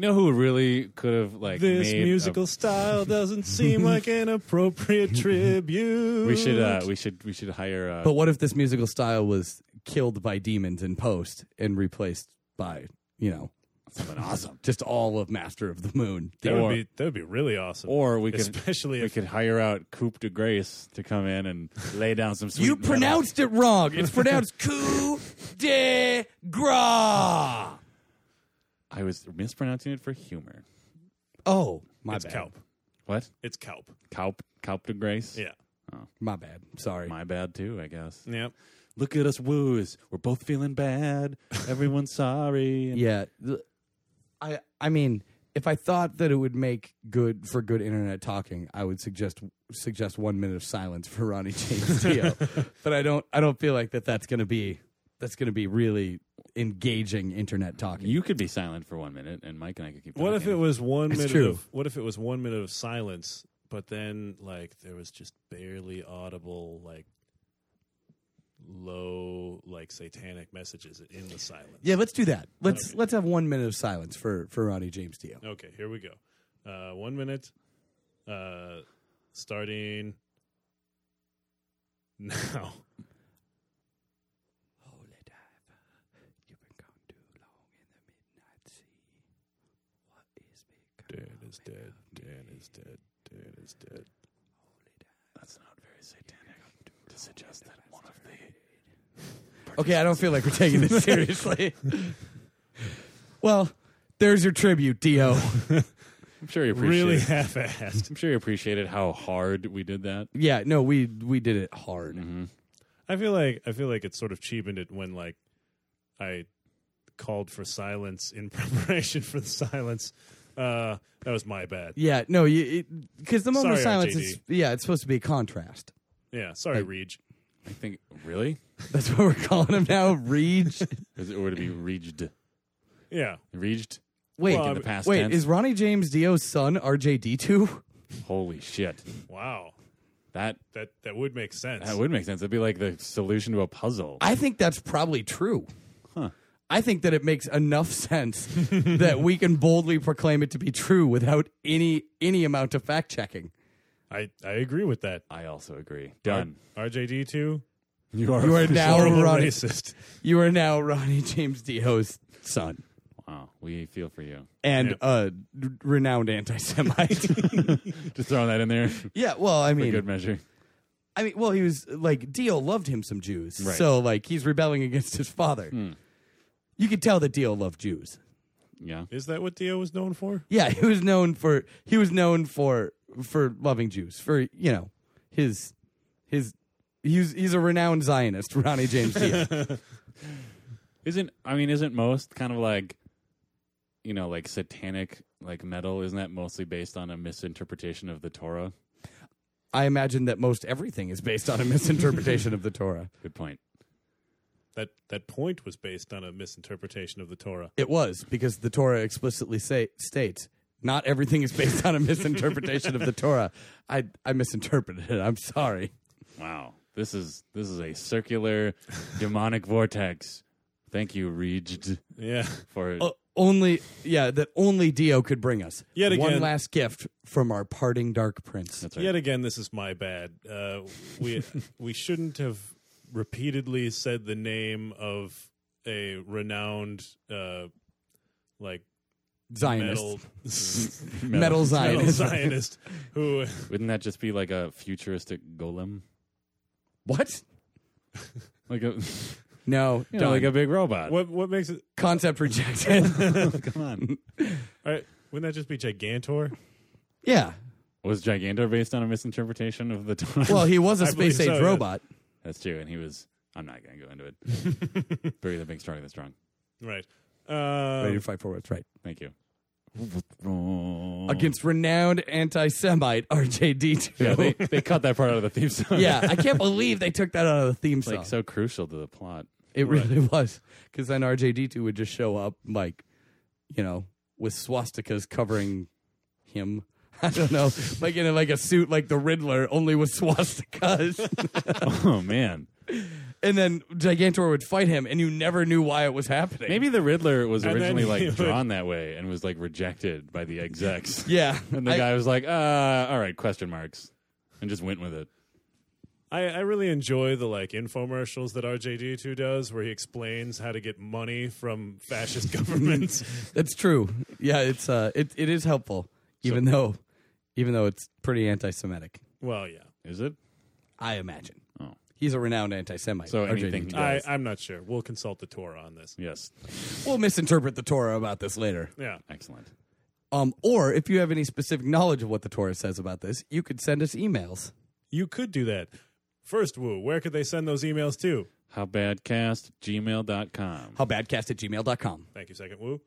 S3: know who really could have like
S1: this
S2: uh,
S3: made a-
S1: musical style doesn't seem like an appropriate
S2: uh,
S1: tribute
S3: we should uh, we should we should hire uh,
S2: but what if this musical style was killed by demons in post and replaced by you know
S3: something awesome,
S2: just all of Master of the Moon.
S1: that
S3: or-
S1: would be that would be really awesome
S3: or we could
S1: especially
S3: we
S1: if
S3: could hire out Coupe de Grace to come in and lay down some. Sweet
S2: You
S3: metal.
S2: pronounced it wrong. It's pronounced coup de gras.
S3: I was mispronouncing it for humor.
S2: Oh, my
S1: it's
S2: bad.
S1: Kalp.
S3: What?
S1: It's Kalp.
S3: Coupe Coupe de Grace.
S1: Yeah.
S2: My bad. Sorry.
S3: My bad too, I guess.
S1: Yeah.
S3: Look at us woos. We're both feeling bad. Everyone's sorry. And
S2: yeah. th- I I mean, if I thought that it would make good for good internet talking, I would suggest suggest 1 minute of silence for Ronnie James Dio. but I don't I don't feel like that that's going to be that's going to be really engaging internet talking.
S3: You could be silent for one minute, and Mike and I could keep.
S1: What if
S3: talking.
S1: it was one
S2: It's
S1: minute
S2: true.
S1: of what if it was one minute of silence, but then like there was just barely audible like low like satanic messages in the silence.
S2: yeah, let's do that. Let's let's have 1 minute of silence for for Ronnie James Dio.
S1: Okay, here we go. Uh one minute. Uh starting now.
S2: Holy diver, you've been gone too long in the midnight sea. What is becoming
S1: Dan is dead. Dan is dead. Dan is dead.
S3: That's not very satanic to suggest that one of the.
S2: Okay, I don't feel like we're taking this seriously. well, there's your tribute, Dio.
S3: I'm sure you appreciate.
S1: Really
S3: it.
S1: half assed.
S3: I'm sure you appreciated how hard we did that.
S2: yeah, no, we we did it hard.
S3: Mm-hmm.
S1: I feel like I feel like it sort of cheapened it when like I called for silence in preparation for the silence. Uh, that was my bad.
S2: Yeah, no, you because the moment of
S1: Sorry,
S2: silence
S1: RGD.
S2: is yeah, it's supposed to be a contrast.
S1: Yeah, sorry, Reej.
S3: I think really.
S2: That's what we're calling him now, Reed.
S3: Is it, or would it be reached?
S1: Yeah,
S3: Reached?
S2: Wait,
S3: in the past
S2: wait,
S3: tense.
S2: is Ronnie James Dio's son RJD two?
S3: Holy shit!
S1: wow,
S3: That
S1: that that would make sense.
S3: that would make sense. That'd be like the solution to a puzzle.
S2: I think that's probably true.
S3: Huh.
S2: I think that it makes enough sense that we can boldly proclaim it to be true without any any amount of fact checking.
S1: I, I agree with that.
S3: I also agree. Done.
S1: RJD two.
S3: You are.
S2: You are now
S1: horrible
S2: Ronnie.
S1: racist.
S2: You are now Ronnie James Dio's son
S3: Wow. We feel for you.
S2: and
S1: Yeah.
S2: a renowned anti-Semite.
S3: Just throwing that in there for
S2: yeah, well, I mean,
S3: good measure.
S2: I mean, well, he was like Dio loved him some Jews,
S3: Right. Hmm.
S2: so like he's rebelling against his father. You could tell that Dio loved Jews.
S3: Yeah.
S1: Is that what Dio was known for?
S2: Yeah, he was known for he was known for for loving Jews for you know his his he's he's a renowned Zionist, Ronnie James Dio.
S3: Isn't I mean, isn't most kind of like you know, like satanic like metal, isn't that mostly based on a misinterpretation of the Torah?
S2: I imagine that most everything is based on a misinterpretation of the Torah.
S3: Good point.
S1: That that point was based on a misinterpretation of the Torah.
S2: It was because the Torah explicitly say, states not everything is based on a misinterpretation of the Torah. I I misinterpreted it. I'm sorry.
S3: Wow. This is this is a circular demonic vortex. Thank you, Reeged,
S1: Yeah.
S3: for
S2: Uh, only yeah, that only Dio could bring us.
S1: Yet
S2: one
S1: again-
S2: last gift from our parting dark prince.
S3: that's right.
S1: Yet again, this is my bad. Uh, we we shouldn't have repeatedly said the name of a renowned uh, like
S2: Zionist.
S1: metal
S3: Metal.
S2: metal
S1: metal
S2: Zionist.
S1: Zionist who
S3: Wouldn't that just be like a futuristic golem?
S2: What?
S3: Like a
S2: No,
S3: you know, like a
S2: done.
S3: big robot.
S1: what what makes it
S2: concept rejected.
S3: Come on.
S1: all right, wouldn't that just be Gigantor?
S2: yeah.
S3: Was Gigantor based on a misinterpretation of the Torah?
S2: Well, he was a
S1: I believe
S2: space age
S1: so, yes.
S2: robot.
S3: That's true, and he was. I'm not gonna go into it. Bury the big, strong the strong.
S1: Right. Uh,
S2: Ready to fight forward. Right.
S3: Thank you.
S2: Against renowned anti Semite RJD2.
S3: yeah, they, they cut that part out of the theme song.
S2: Yeah, I can't believe they took that out of the theme
S3: it's
S2: song.
S3: like so crucial to the plot.
S2: it really was. Because then RJD2 would just show up, like, you know, with swastikas covering him. I don't know. like in a, like a suit like the Riddler, only with swastikas.
S3: Oh man,
S2: and then Gigantor would fight him, and you never knew why it was happening.
S3: maybe the Riddler was
S1: And then
S3: originally like
S1: he would-
S3: drawn that way and was like rejected by the execs.
S2: Yeah.
S3: and the
S2: I-
S3: guy was like, "Uh, all right, question marks," and just went with it.
S1: I, I really enjoy the like infomercials that RJD2 does, where he explains how to get money from fascist governments.
S2: That's true. Yeah, it's uh, it it is helpful, even though, even though it's pretty anti-Semitic.
S1: well, yeah,
S3: Is it?
S2: I imagine.
S3: Oh.
S2: He's a renowned anti-Semite.
S3: So
S2: RJD.
S3: anything-
S1: I,
S3: Yes.
S1: I'm not sure. We'll consult the Torah on this.
S3: Yes.
S2: We'll misinterpret the Torah about this later.
S1: Yeah,
S3: Excellent.
S2: Um, or if you have any specific knowledge of what the Torah says about this, you could send us emails.
S1: you could do that. First, Woo, where could they send those emails to?
S3: Howbadcast gmail.com.
S2: Howbadcast at gmail.com.
S1: Thank you, Second Woo.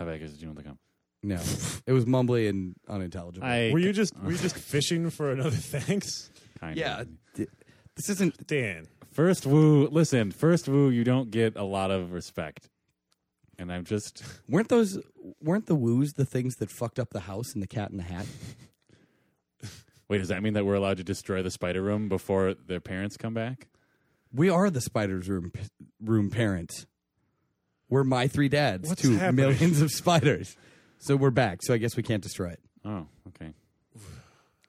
S3: Howbadcast at gmail.com.
S2: No, it was mumbly and unintelligible.
S3: I
S1: Were you just were you just fishing for another thanks,
S3: kind
S2: yeah,
S3: of-
S2: d- this isn't.
S1: Dan?
S3: First woo, listen, first woo, you don't get a lot of respect. And I'm just,
S2: Weren't those? Weren't the woos the things that fucked up the house and the cat in the hat?
S3: wait, does that mean that we're allowed to destroy the spider room before their parents come back?
S2: We are the spider's room room parents. We're my three dads
S1: What's
S2: to
S1: happening?
S2: millions of spiders. So we're back. So I guess we can't destroy it.
S3: Oh, okay.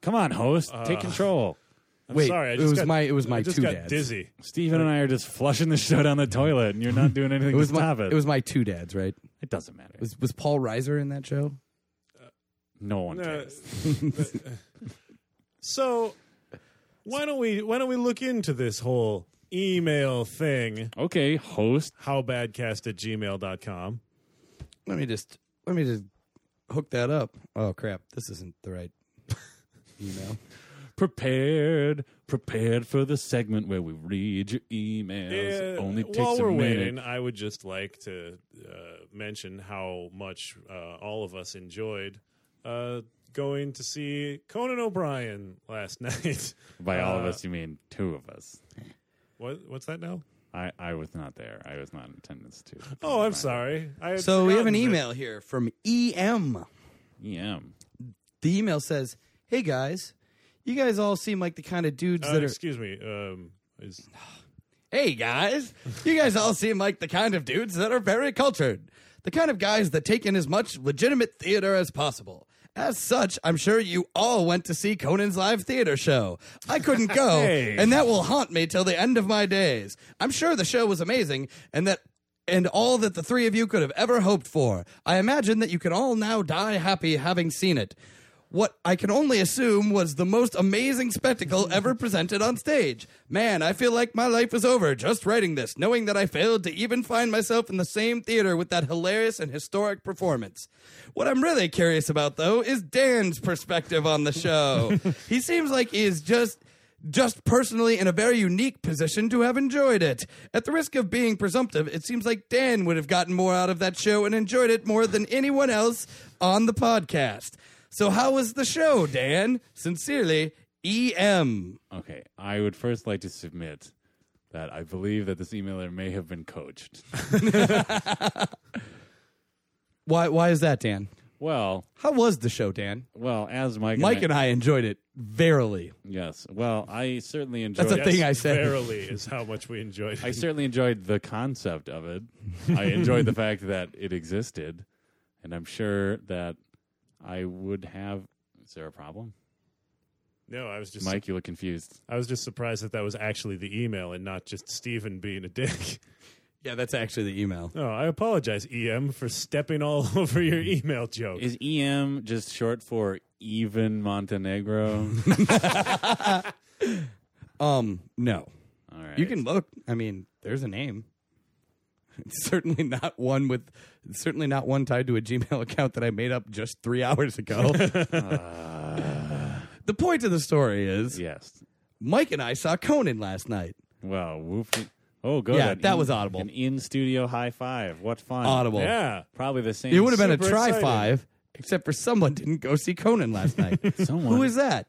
S3: Come on, host, take control.
S1: I'm
S2: Wait,
S1: sorry, I
S2: it
S1: just
S2: was
S1: got-
S2: my- it was my
S1: I just
S2: two
S1: got
S2: dads.
S1: dizzy.
S3: Steven and I are just flushing the show down the toilet, and you're not doing anything
S2: It was
S3: to
S2: my
S3: stop
S2: it.
S3: it.
S2: was my two dads, right?
S3: It doesn't matter.
S2: Was was Paul Reiser in that show?
S3: no one
S1: Uh,
S3: cares.
S1: so why don't we why don't we look into this whole email thing?
S3: Okay, host.
S1: Howbadcast at gmail.com.
S2: Let me just let me just hook that up. Oh crap, this isn't the right email.
S3: Prepared, prepared for the segment where we read your emails. It only takes
S1: while
S3: a
S1: we're
S3: minute.
S1: waiting, I would just like to uh, mention how much uh, all of us enjoyed uh, going to see Conan O'Brien last night.
S3: By all of
S1: Uh,
S3: us, you mean two of us.
S1: What, what's that now?
S3: I, I was not there. I was not in attendance too.
S1: Oh, I'm sorry. I had
S2: So we have an
S1: forgotten that-
S2: email here from EM.
S3: Yeah.
S2: The email says, "Hey guys, you guys all seem like the kind of dudes
S1: Uh,
S2: that are
S1: excuse me. Um, is
S2: Hey guys, you guys all seem like the kind of dudes that are very cultured, the kind of guys that take in as much legitimate theater as possible. As such, I'm sure you all went to see Conan's live theater show. I couldn't go,
S1: Hey.
S2: and that will haunt me till the end of my days. I'm sure the show was amazing, and that and all that the three of you could have ever hoped for. I imagine that you can all now die happy having seen it. What I can only assume was the most amazing spectacle ever presented on stage. Man, I feel like my life is over just writing this, knowing that I failed to even find myself in the same theater with that hilarious and historic performance. What I'm really curious about, though, is Dan's perspective on the show. he seems like he is just just personally in a very unique position to have enjoyed it. At the risk of being presumptive, it seems like Dan would have gotten more out of that show and enjoyed it more than anyone else on the podcast. So, how was the show, Dan? Sincerely, E EM.
S3: Okay, I would first like to submit that I believe that this emailer may have been coached.
S2: Why, why is that, Dan?
S3: well,
S2: How was the show, Dan?
S3: well, as Mike,
S2: Mike and I enjoyed it verily.
S3: yes, well, I certainly enjoyed.
S2: That's a thing I said.
S1: Verily is how much we enjoyed
S3: I
S1: it.
S3: certainly enjoyed the concept of it. I enjoyed the fact that it existed, and I'm sure that I would have. Is there a problem,
S1: No, I was just
S3: Mike? You look confused.
S1: I was just surprised that that was actually the email and not just Steven being a dick.
S2: Yeah, that's actually the email.
S1: Oh, I apologize, EM, for stepping all over your email joke.
S3: Is EM just short for even Montenegro?
S2: Um, no.
S3: All right,
S2: You can look. I mean, there's a name. It's certainly not one with, certainly not one tied to a Gmail account that I made up just three hours ago.
S1: Uh.
S2: the point of the story is
S3: Yes.
S2: Mike and I saw Conan last night.
S3: Wow. Whoop. Oh, good.
S2: Yeah,
S3: An
S2: that was audible.
S3: An in studio high five. What fun.
S2: Audible.
S1: yeah.
S3: Probably the same.
S2: It would have been a
S1: Super
S2: try
S1: excited.
S2: five, except for someone didn't go see Conan last night.
S3: Someone.
S2: Who is that?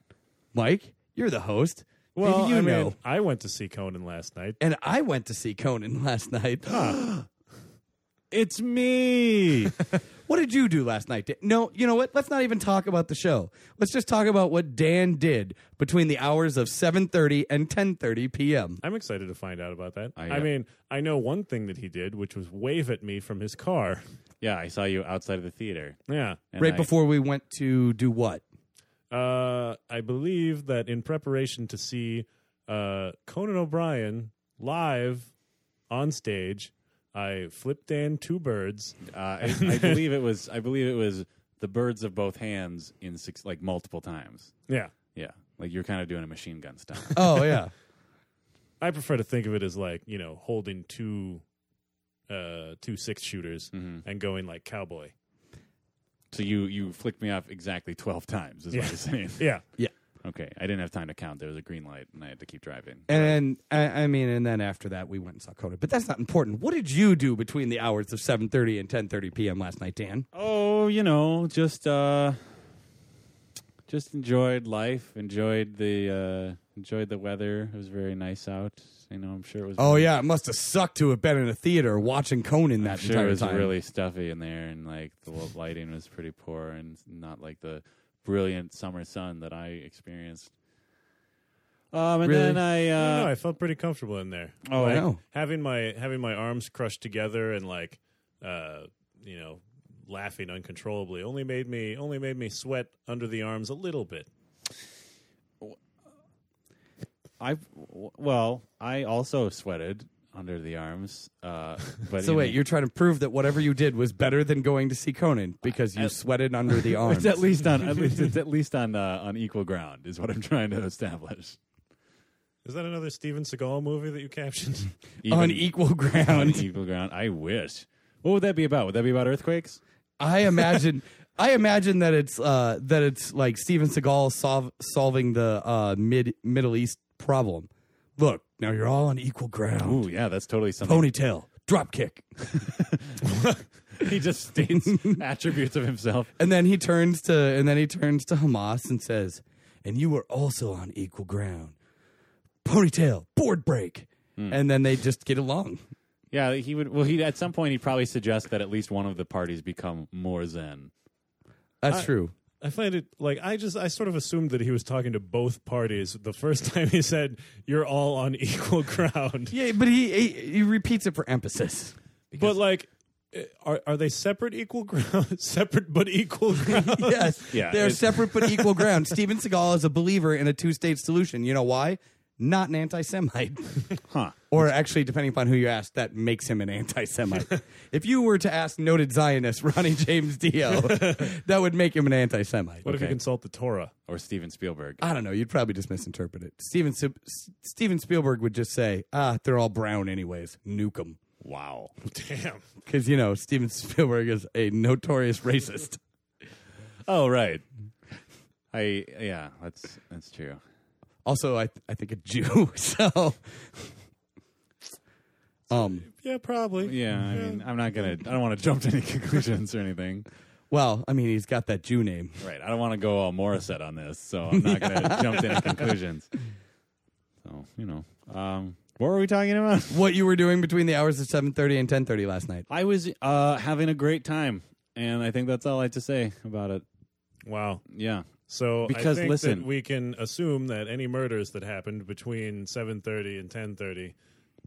S2: Mike, you're the host.
S1: Well,
S2: Maybe you
S1: I mean,
S2: know.
S1: I went to see Conan last night.
S2: And I went to see Conan last night.
S1: It's me.
S2: What did you do last night? Dan? No, you know what? Let's not even talk about the show. Let's just talk about what Dan did between the hours of 7:30 and 10:30 p.m.
S1: I'm excited to find out about that.
S3: I,
S1: I,
S3: uh,
S1: mean, I know one thing that he did, which was wave at me from his car.
S3: Yeah, I saw you outside of the theater.
S1: Yeah.
S3: and
S2: Right
S3: I-
S2: before we went to do what?
S1: Uh, I believe that in preparation to see uh, Conan O'Brien live on stage, I flipped Dan two birds.
S3: Uh, I, I believe it was. I believe it was the birds of both hands in six, like multiple times.
S1: Yeah.
S3: Yeah, like you're kind of doing a machine gun style.
S2: Oh yeah.
S1: I prefer to think of it as like, you know, holding two uh two six shooters and going like cowboy.
S3: so you you flicked me off exactly twelve times. Is
S1: Yeah.
S3: what you're saying.
S1: Yeah.
S3: Okay, I didn't have time to count. There was a green light, and I had to keep driving.
S2: And I, I mean, and then after that we went and saw Conan. But that's not important. What did you do between the hours of 7:30 and 10:30 p.m. last night, Dan?
S3: Oh, you know, just uh just enjoyed life, enjoyed the uh enjoyed the weather. It was very nice out. You know, I'm sure it was
S2: Oh yeah, it must have sucked to have been in a theater watching Conan that
S3: I'm sure
S2: entire
S3: it was
S2: time.
S3: really stuffy in there and like the lo- lighting was pretty poor and not like the brilliant summer sun that I experienced. Um and
S2: Really?
S3: then
S1: I
S3: I
S1: don't
S3: uh
S1: know, I felt pretty comfortable in there.
S3: Oh,
S1: Like,
S2: I know.
S1: Having my having my arms crushed together and like uh you know, laughing uncontrollably only made me only made me sweat under the arms a little bit.
S3: I w- well, I also sweated under the arms. Uh but
S2: So
S3: in
S2: wait,
S3: the-
S2: you're trying to prove that whatever you did was better than going to see Conan because you sweated under the arms.
S3: It's at least on at least it's at least on uh, on equal ground is what I'm trying to establish.
S1: Is that another Steven Seagal movie that you captioned?
S3: Even-
S2: on e- equal
S3: on
S2: ground.
S3: equal ground. I wish. What would that be about? Would that be about earthquakes?
S2: I imagine. I imagine that it's uh, that it's like Steven Seagal solv- solving the uh, mid Middle East problem. Look, now you're all on equal ground.
S3: Ooh, yeah, that's totally something.
S2: Ponytail, drop kick,
S3: he just states attributes of himself.
S2: and then he turns to and then he turns to Hamas and says, "And you were also on equal ground. Ponytail, board break." And then they just get along.
S3: Yeah, he would. Well, he at some point he probably suggests that at least one of the parties become more zen.
S2: That's true.
S1: I find it like I just I sort of assumed that he was talking to both parties the first time he said you're all on equal ground.
S2: Yeah, but he, he he repeats it for emphasis.
S1: but like eh, are are they separate equal ground separate but equal ground?
S2: Yes,
S3: Yeah,
S2: they're
S3: it-
S2: separate but equal ground. Steven Seagal is a believer in a two-state solution. You know why? Not an anti-Semite.
S3: Huh.
S2: Or actually, depending upon who you ask, that makes him an anti-Semite. if you were to ask noted Zionist Ronnie James Dio, that would make him an anti-Semite.
S1: What if you
S3: Okay.
S1: consult the Torah?
S3: Or Steven Spielberg.
S2: I don't know. You'd probably just misinterpret it. Steven Sp- S- Steven Spielberg would just say, "Ah, they're all brown anyways. Nuke them,"
S3: Wow.
S1: Damn.
S2: because you know Steven Spielberg is a notorious racist.
S3: Oh right. I yeah, that's that's true.
S2: Also, I th- I think a Jew. So, um,
S1: Yeah, probably.
S3: Yeah, I mean, I'm not gonna. I don't want to jump to any conclusions or anything.
S2: well, I mean, he's got that Jew name.
S3: Right. I don't want to go all Morissette on this, so I'm not gonna jump to any conclusions. So you know, um, what were we talking about?
S2: What you were doing between the hours of seven thirty and ten thirty last night?
S3: I was uh, having a great time, and I think that's all I had to say about it.
S1: Wow.
S3: Yeah.
S1: So
S3: Because
S1: I think
S3: listen-
S1: that we can assume that any murders that happened between 7:30 and 10:30,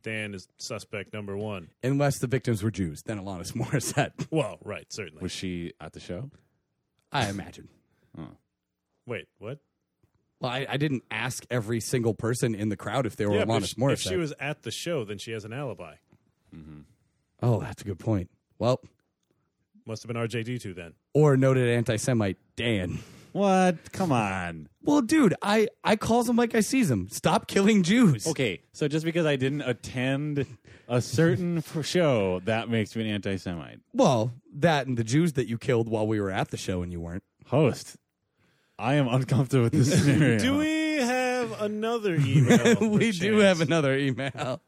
S1: Dan is suspect number one.
S2: Unless the victims were Jews, then Alanis Morissette.
S1: Well, right, certainly.
S3: Was she at the show?
S2: I imagine.
S1: Wait, what?
S2: Well, I, I didn't ask every single person in the crowd if they were
S1: yeah, but
S2: Alanis
S1: sh-
S2: Morissette.
S1: if she was at the show, then she has an alibi.
S2: oh, that's a good point. Well,
S1: Must have been RJD2 then.
S2: or noted anti-Semite Dan.
S3: What? Come on.
S2: Well, dude, I I calls him like I sees him. Stop killing Jews.
S3: Okay, so just because I didn't attend a certain f- show, that makes me an anti-Semite.
S2: Well, that and the Jews that you killed while we were at the show and you weren't.
S3: Host, I am uncomfortable with this scenario.
S1: Do we have another email?
S2: we do
S1: perchance?
S2: have another email.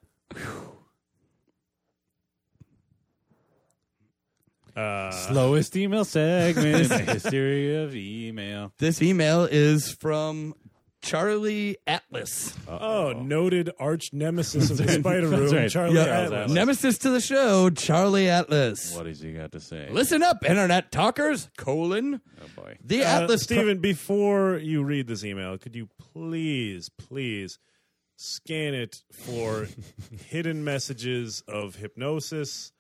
S1: Uh,
S3: Slowest email segment in the history of email.
S2: This email is from Charlie Atlas.
S1: oh, noted arch nemesis of the Spider
S3: That's
S1: Room,
S3: right.
S1: Charlie
S3: Yeah.
S1: Atlas.
S3: Charles
S2: Nemesis to the show, Charlie Atlas.
S3: What has he got to say?
S2: Listen up, internet talkers, colon.
S3: Oh boy.
S2: The
S1: Uh,
S2: Atlas pro-
S1: Steven, before you read this email, could you please, please scan it for hidden messages of hypnosis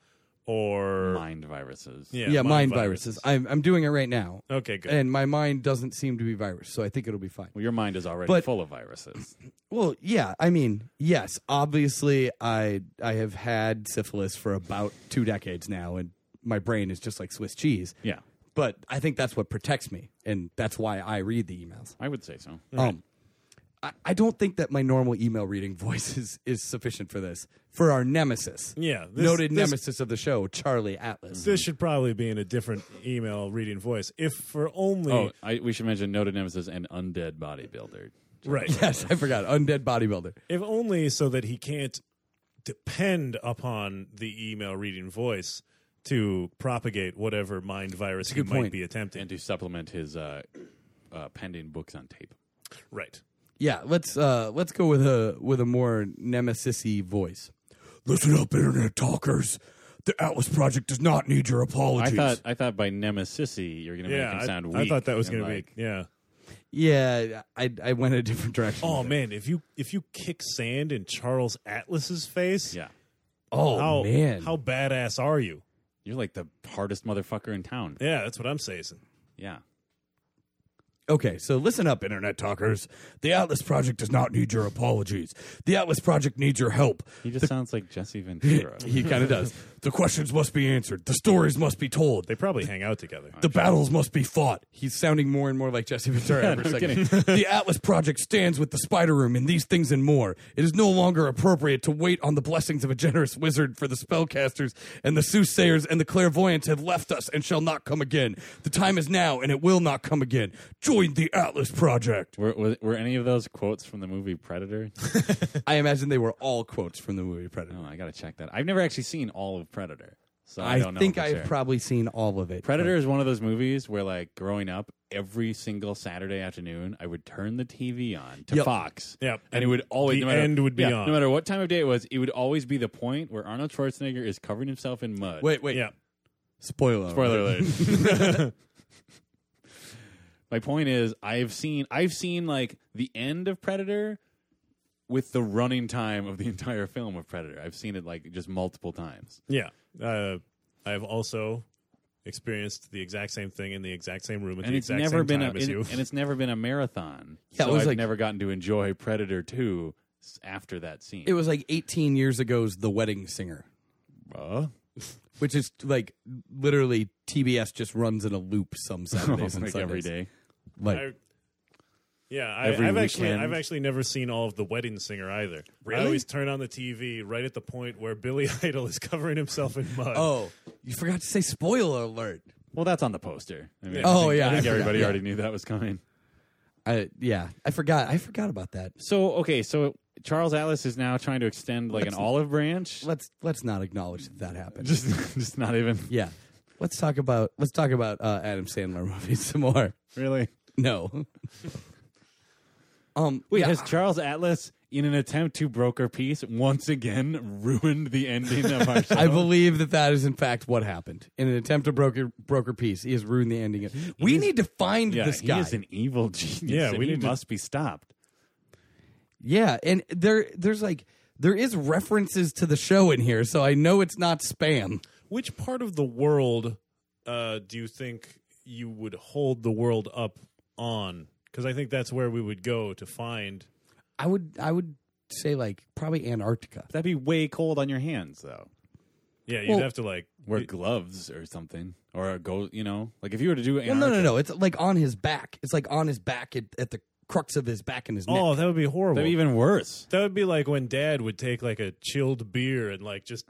S1: or
S3: Mind viruses.
S2: yeah, mind, viruses. I'm, I'm doing it right now.
S1: Okay, good.
S2: And my mind doesn't seem to be virus, so I think it'll be fine.
S3: Well, your mind is already
S2: But-
S3: full of viruses.
S2: Well, yeah, I mean, yes, obviously I I have had syphilis for about 2 decades now and my brain is just like Swiss cheese.
S3: Yeah,
S2: But I think that's what protects me and that's why I read the emails.
S3: I would say so.
S2: Um I, I don't think that my normal email reading voice is, is sufficient for this. For our nemesis.
S1: yeah, this,
S2: noted
S1: this-
S2: nemesis of the show, Charlie Atlas.
S1: This should probably be in a different email reading voice, if for only
S3: Oh, I, we should mention noted nemesis and undead bodybuilder.
S1: right,
S2: yes, I forgot. Undead bodybuilder.
S1: if only so that he can't depend upon the email reading voice to propagate whatever mind virus he
S2: good
S1: might
S2: point.
S1: be attempting.
S3: and to supplement his uh, uh, pending books on tape.
S1: right.
S2: Yeah, let's uh let's go with a with a more nemesisy voice. Listen up, internet talkers. The Atlas Project does not need your
S3: I
S2: apologies.
S3: thought I thought by nemesisy you're gonna
S1: Oh, Yeah,
S3: make him
S1: I-
S3: sound
S1: I,
S3: weak.
S1: thought that was
S3: and
S1: going to
S3: like-
S1: be yeah.
S2: yeah, I I went a different direction.
S1: Oh
S2: with it.
S1: man, if you if you kick sand in Charles Atlas's face,
S3: Yeah,
S2: oh
S1: how
S2: man,
S1: how badass are you?
S3: you're like the hardest motherfucker in town.
S1: Yeah, that's what I'm saying.
S3: Yeah,
S2: Okay, so listen up, internet talkers. The Atlas Project does not need your apologies. The Atlas Project needs your help.
S3: he just sounds like Jesse Ventura.
S2: He kind of does. The questions must be answered. The stories must be told.
S1: They probably hang out together.
S2: The battles must be fought. He's sounding more and more like Jesse Ventura every second. the Atlas Project stands with the Spider Room in these things and more. It is no longer appropriate to wait on the blessings of a generous wizard, for the spellcasters and the soothsayers and the clairvoyants have left us and shall not come again. The time is now, and it will not come again. Join the Atlas Project.
S3: were, were, were any of those quotes from the movie Predator?
S2: I imagine they were all quotes from the movie Predator.
S3: oh, I gotta check that. I've never actually seen all of Predator, so I,
S2: I,
S3: don't know.
S2: think
S3: for
S2: I've
S3: sure.
S2: probably seen all of it.
S3: Predator is one of those movies where, like, growing up, every single Saturday afternoon, I would turn the TV on to
S2: Yep.
S3: Fox.
S1: Yep.
S3: And it would always,
S1: The
S3: no matter,
S1: end would be
S3: yeah,
S1: on.
S3: No matter what time of day it was, it would always be the point where Arnold Schwarzenegger is covering himself in mud.
S2: Wait, wait.
S1: Yeah.
S2: Spoiler.
S3: Spoiler alert. My point is, I've seen I've seen like the end of Predator with the running time of the entire film of Predator. I've seen it like just multiple times.
S1: Yeah. Uh, I've also experienced the exact same thing in the exact same room at
S3: And
S1: the
S3: it's
S1: exact
S3: never
S1: same
S3: been a,
S1: time as
S3: and,
S1: you.
S3: and it's never been a marathon.
S2: Yeah, it
S3: so
S2: was
S3: I've
S2: like-
S3: never gotten to enjoy Predator 2 s- after that scene.
S2: It was like 18 years ago's The Wedding Singer,
S3: Uh,
S2: which is like literally TBS just runs in a loop some Saturdays and
S3: like
S2: Sundays.
S3: every day.
S2: Like
S1: I- yeah, I,
S3: Every
S1: I've actually
S3: weekend.
S1: I've actually never seen all of The Wedding Singer either. I always turn on the TV right at the point where Billy Idol is covering himself in mud.
S2: oh, you forgot to say spoiler alert.
S3: Well, that's on the poster. I mean, I
S2: Oh,
S3: think-
S2: yeah,
S3: I
S2: I
S3: think
S2: forgot,
S3: everybody
S2: yeah.
S3: already knew that was coming.
S2: I yeah, I forgot. I forgot about that.
S3: So okay, so Charles Atlas is now trying to extend like an olive branch.
S2: Let's let's not acknowledge that that happened.
S3: Just, just not even
S2: yeah. Let's talk about let's talk about uh, Adam Sandler movies some more.
S3: really.
S2: No. um
S3: Wait,
S2: yeah,
S3: has Charles Atlas, in an attempt to broker peace, once again ruined the ending of our show?
S2: I believe that that is in fact what happened. In an attempt to broker broker peace, he has ruined the ending. we need to find
S3: yeah,
S2: this
S3: he
S2: guy.
S3: is an evil genius.
S1: Yeah,
S3: and
S1: we
S3: he
S1: need to-
S3: must be stopped.
S2: yeah, and there there's like there is references to the show in here, so I know it's not spam.
S1: Which part of the world uh, do you think you would hold the world up on? Because I think that's where we would go to find.
S2: I would I would say like probably Antarctica.
S3: That'd be way cold on your hands, though.
S1: Yeah, you'd
S2: Well-
S1: have to like.
S3: Wear gloves or something, or go. You know, like if you were to do.
S2: Well, no, no, no. It's like on his back. It's like on his back at, at the crux of his back and his neck.
S1: Oh, that would be horrible.
S3: that'd be even worse.
S1: That would be like when dad would take like a chilled beer and like just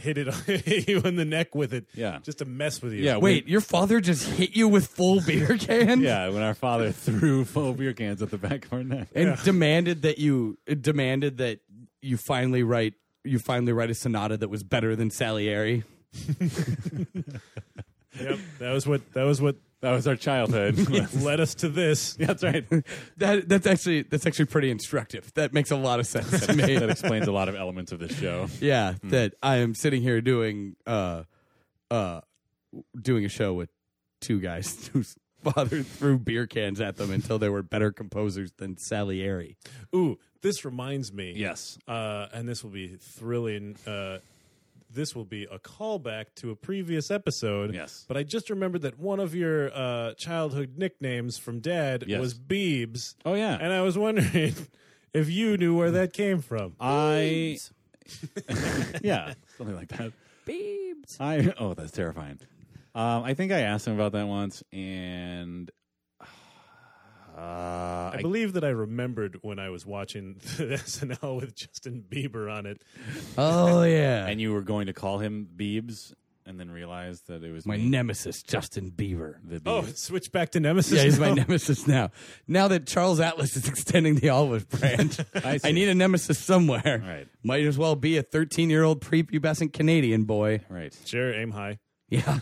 S1: hit it hit you in the neck with it.
S3: Yeah.
S1: Just to mess with you.
S3: Yeah,
S2: Wait, your father just hit you with full beer cans?
S3: Yeah, when our father threw full beer cans at the back of our neck.
S2: And demanded that you demanded that you finally write you finally write a sonata that was better than Salieri.
S1: Yep. That was what that was what
S3: That was our childhood. yeah,
S1: led us to this.
S3: that's right.
S2: That that's actually that's actually pretty instructive. That makes a lot of sense to
S3: that
S2: me.
S3: explains a lot of elements of the show.
S2: yeah, that I am sitting here doing uh uh doing a show with two guys whose father threw beer cans at them until they were better composers than Salieri.
S1: Ooh, this reminds me.
S3: Yes.
S1: Uh, and this will be thrilling. Uh, this will be a callback to a previous episode.
S3: Yes.
S1: But I just remembered that one of your uh, childhood nicknames from dad
S3: Yes.
S1: was Beebs.
S3: Oh yeah.
S1: And I was wondering if you knew where that came from.
S3: I yeah, something like that. Beebs. I oh, that's terrifying. Um, I think I asked him about that once, and uh,
S1: I
S3: I,
S1: believe that I remembered when I was watching the SNL with Justin Bieber on it.
S2: Oh yeah.
S3: and you were going to call him Beebs, and then realized that it was
S2: my
S3: me,
S2: nemesis, Justin Bieber.
S3: the Beebs.
S1: Oh, it switched back to Nemesis.
S2: Yeah, he's
S1: now?
S2: my nemesis now. Now that Charles Atlas is extending the olive branch, I,
S3: see.
S2: need a nemesis somewhere.
S3: Right.
S2: Might as well be a 13 year old prepubescent Canadian boy.
S3: right.
S1: Sure, aim high.
S2: Yeah.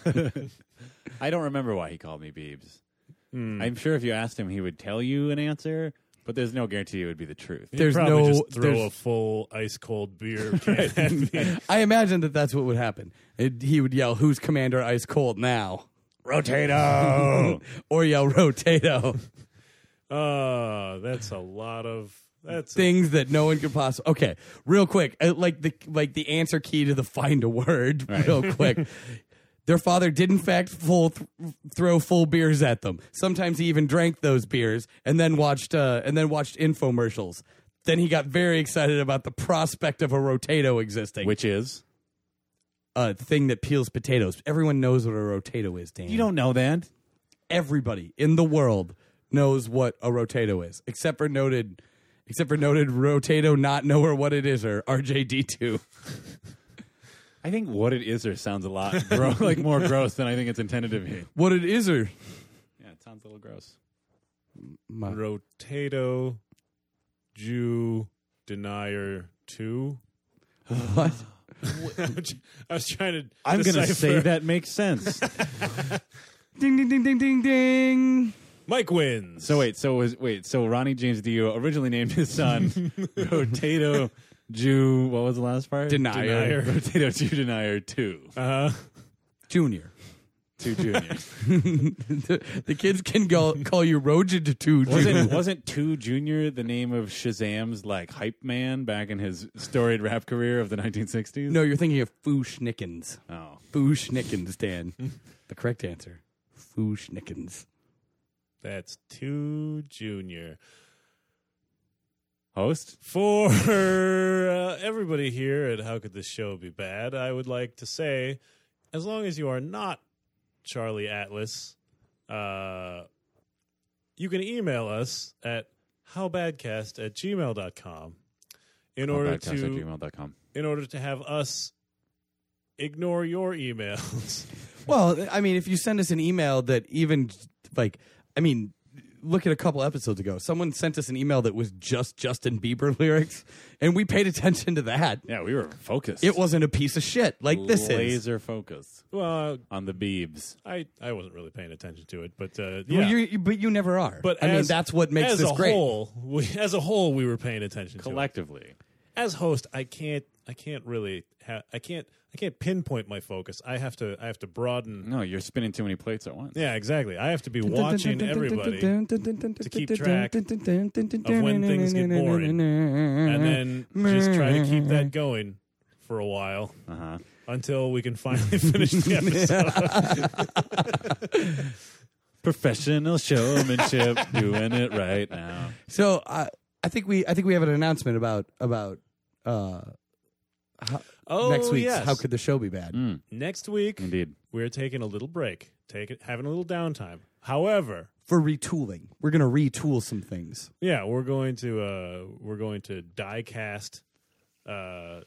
S3: I don't remember why he called me Beebs. I'm sure if you asked him, he would tell you an answer, but there's no guarantee it would be the truth.
S1: He'd
S2: There's
S1: probably
S2: no-
S1: just throw
S2: there's-
S1: a full ice cold beer can at me.
S2: I imagine that that's what would happen. It- he would yell, Who's Commander Ice Cold now? Rotato! or yell, Rotato.
S1: Oh, that's a lot of that's a,
S2: Things that no one could possibly. Okay, real quick, uh, like the like the answer key to the find a word. Real quick, their father did in fact full th- throw full beers at them. Sometimes he even drank those beers and then watched uh, and then watched infomercials. Then he got very excited about the prospect of a rotato existing,
S3: Which is
S2: a thing that peels potatoes. Everyone knows what a rotato is, Dan.
S3: you don't know that.
S2: Everybody in the world knows what a rotato is, except for noted, except for noted rotato not knower what it is or RJD two.
S3: I think what it is or sounds a lot gro- like more gross than I think it's intended to be.
S2: What it is or
S3: Yeah, it sounds a little gross.
S1: rotato Jew denier two.
S2: what?
S1: I was trying to.
S3: I'm going to
S1: decipher.
S3: say that makes sense.
S2: Ding ding ding ding ding ding.
S1: Mike wins.
S3: so wait, so was wait, so Ronnie James Dio originally named his son Rotato Jew. What was the last part?
S2: Denier.
S1: Uh-huh.
S3: Rotato Jew Denier Two.
S1: uh,
S2: Junior.
S3: two juniors.
S2: the, the kids can go call you Roja to
S3: wasn't wasn't two junior the name of Shazam's like hype man back in his storied rap career of the 1960s?
S2: No, you're thinking of Foo Schnickens.
S3: Oh.
S2: Foo Schnickens, Dan. the correct answer. Foo Schnickens.
S1: That's two junior.
S3: Host?
S1: For uh, everybody here at How Could This Show Be Bad, I would like to say, as long as you are not Charlie Atlas, uh, you can email us at howbadcast at gmail.com in order
S3: Podcast at
S1: to
S3: gmail.com.
S1: in order to have us ignore your emails.
S2: Well, I mean, if you send us an email that even, like, I mean, look at a couple episodes ago. Someone sent us an email that was just Justin Bieber lyrics, and we paid attention to that.
S3: Yeah, we were focused.
S2: It wasn't a piece of shit like this
S3: laser
S2: is.
S3: focus
S1: well,
S3: on the beebs.
S1: I I wasn't really paying attention to it, but uh, yeah.
S2: Well, you're- you but you never are.
S1: but
S2: I mean,
S1: as-
S2: that's what makes
S1: as
S2: this
S1: a
S2: great.
S1: Whole, we, as a whole, we were paying attention. to it.
S3: Collectively.
S1: as host, I can't I can't really ha- I can't I can't pinpoint my focus. I have to I have to broaden.
S3: No, you're spinning too many plates at once.
S1: Yeah, exactly. I have to be watching everybody and keep track of when things get boring. then just try to keep that going for a while
S3: Uh-huh.
S1: until we can finally finish the episode.
S3: Professional showmanship, doing it right now.
S2: So I I think we I think we have an announcement about about uh,
S1: oh,
S2: next week's
S1: yes.
S2: how could the show be bad?
S1: next week
S3: Indeed.
S1: we're taking a little break, taking having a little downtime. However,
S2: For retooling, we're gonna retool some things.
S1: Yeah, we're going to uh, we're going to die cast uh,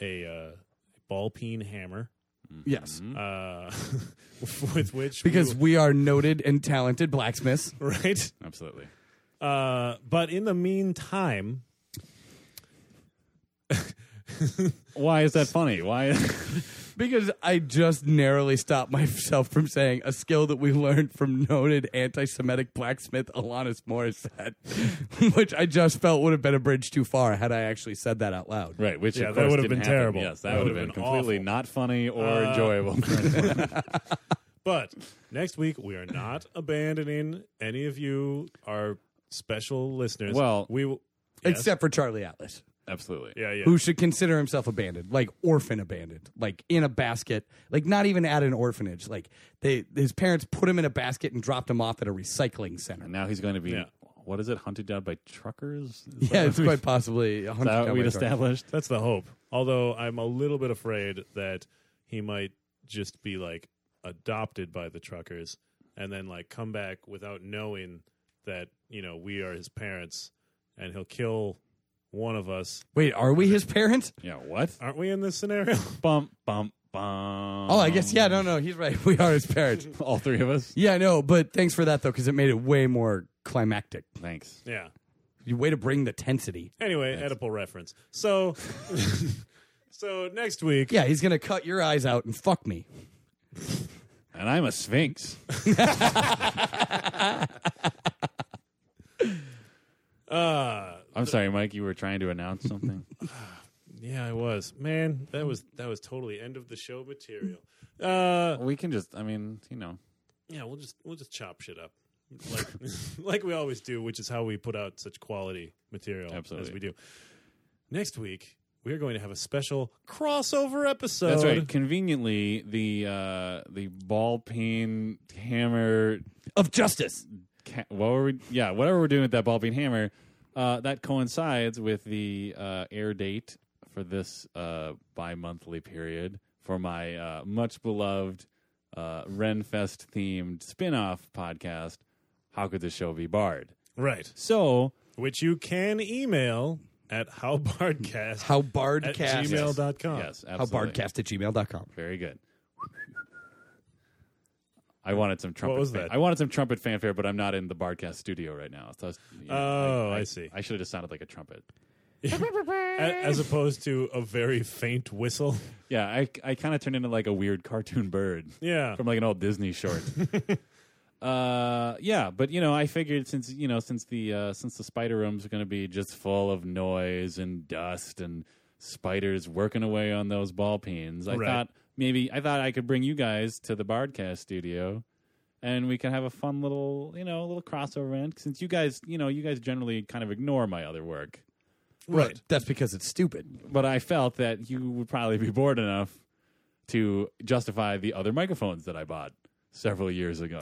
S1: a uh, ball peen hammer
S2: Yes,
S1: uh, with which we
S2: because
S1: will-
S2: we are noted and talented blacksmiths.
S1: right.
S3: Absolutely.
S1: Uh, but in the meantime,
S3: Why is that funny? Why?
S2: Because I just narrowly stopped myself from saying a skill that we learned from noted anti-Semitic blacksmith Alanis Morissette, which I just felt would have been a bridge too far had I actually said that out loud.
S3: right, which
S1: Yeah,
S3: of
S1: that
S3: course
S1: would have
S3: didn't
S1: been
S3: happen.
S1: terrible.
S3: Yes, that,
S1: That
S3: would have
S1: would
S3: been,
S1: have been
S3: completely
S1: awful.
S3: not funny or
S1: Uh,
S3: enjoyable.
S1: but next week we are not abandoning any of you, our special listeners.
S3: Well-
S1: we will. yes.
S2: Except for Charlie Atlas.
S3: Absolutely.
S1: yeah, yeah.
S2: who should consider himself abandoned, like orphan abandoned, like in a basket, like not even at an orphanage. Like they, his parents put him in a basket and dropped him off at a recycling center.
S3: And now he's going to be,
S1: Yeah.
S3: what is it, hunted down by truckers? Is
S2: Yeah,
S3: that
S2: it's
S3: what we-
S2: quite possibly a
S3: is
S2: hundred.
S3: that what
S2: dollar
S3: we'd
S2: door.
S3: established?
S1: That's the hope. Although I'm a little bit afraid that he might just be like adopted by the truckers and then like come back without knowing that, you know, we are his parents and he'll kill one of us.
S2: Wait, are we his parents?
S3: Yeah, what?
S1: Aren't we in this scenario?
S3: Bump, bump, bump.
S2: Oh, I guess yeah. No, no, he's right. We are his parents.
S3: All three of us?
S2: yeah, no, but thanks for that though, because it made it way more climactic.
S3: Thanks.
S1: yeah.
S2: You way to bring the tensity.
S1: Anyway, Oedipal reference. So so next week
S2: Yeah, he's gonna cut your eyes out and fuck me.
S3: And I'm a sphinx.
S1: uh
S3: I'm sorry, Mike, you were trying to announce something?
S1: yeah, I was. Man, that was that was totally end of the show material. Uh
S3: we can just, I mean, you know.
S1: Yeah, we'll just we'll just chop shit up, like like we always do, which is how we put out such quality material
S3: Absolutely.
S1: as we do. Next week we are going to have a special crossover episode.
S3: That's right. Conveniently, the uh, the ball peen hammer.
S2: Of justice.
S3: Ca- what were we? Yeah, whatever we're doing with that ball peen hammer, uh, that coincides with the uh, air date for this uh, bi monthly period for my uh, much beloved uh, Renfest themed spin off podcast. How could the show be barred?
S1: right.
S3: So
S1: Which you can email at howbardcast
S2: How
S1: at
S2: bardcast.
S1: gmail dot com.
S3: yes, absolutely.
S2: How bardcast at gmail.com.
S3: Very good. I wanted some trumpet.
S1: was
S3: fan-
S1: that?
S3: I wanted some trumpet fanfare, but I'm not in the Bardcast studio right now. So I was- you know,
S1: Oh, I see.
S3: I should have just sounded like a trumpet.
S1: A- as opposed to a very faint whistle.
S3: Yeah, I, I kind of turned into like a weird cartoon bird
S1: Yeah.
S3: from like an old Disney short. uh, yeah, but you know, I figured since you know since the uh, since the spider room's going to be just full of noise and dust and spiders working away on those ball peens, I
S1: Right.
S3: thought maybe I thought I could bring you guys to the Bardcast studio and we could have a fun little, you know, little crossover event since you guys, you know, you guys generally kind of ignore my other work.
S2: Right. That's because it's stupid.
S3: But I felt that you would probably be bored enough to justify the other microphones that I bought several years ago.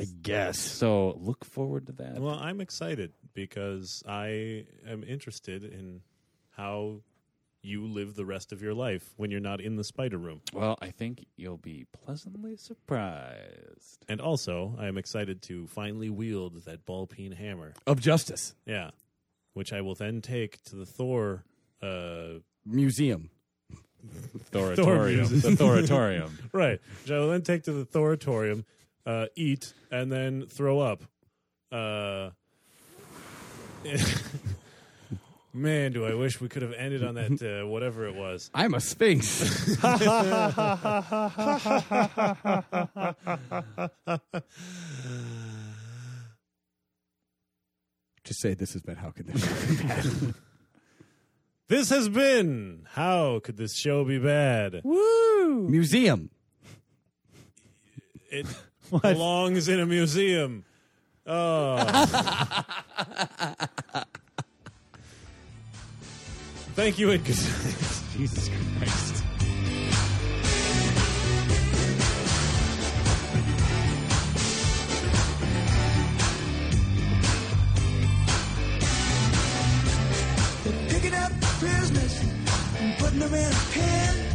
S2: I guess.
S3: so look forward to that.
S1: Well, I'm excited because I am interested in how you live the rest of your life when you're not in the spider room.
S3: Well, I think you'll be pleasantly surprised.
S1: And also, I am excited to finally wield that ball peen hammer.
S2: Of justice.
S1: Yeah. Which I will then take to the Thor uh
S2: Museum.
S3: Thoratorium.
S1: music.
S3: the Thoratorium.
S1: right. Which I will then take to the Thoratorium, uh, eat, and then throw up. Uh Man, do I wish we could have ended on that uh, whatever it was.
S2: I'm a sphinx. Just say this has been how could this be bad?
S1: This has been How Could This Show Be Bad?
S2: Museum.
S1: It belongs in a museum. Oh. Thank you and good night.
S3: Jesus Christ.
S4: Picking up prisoners and putting them in a pen.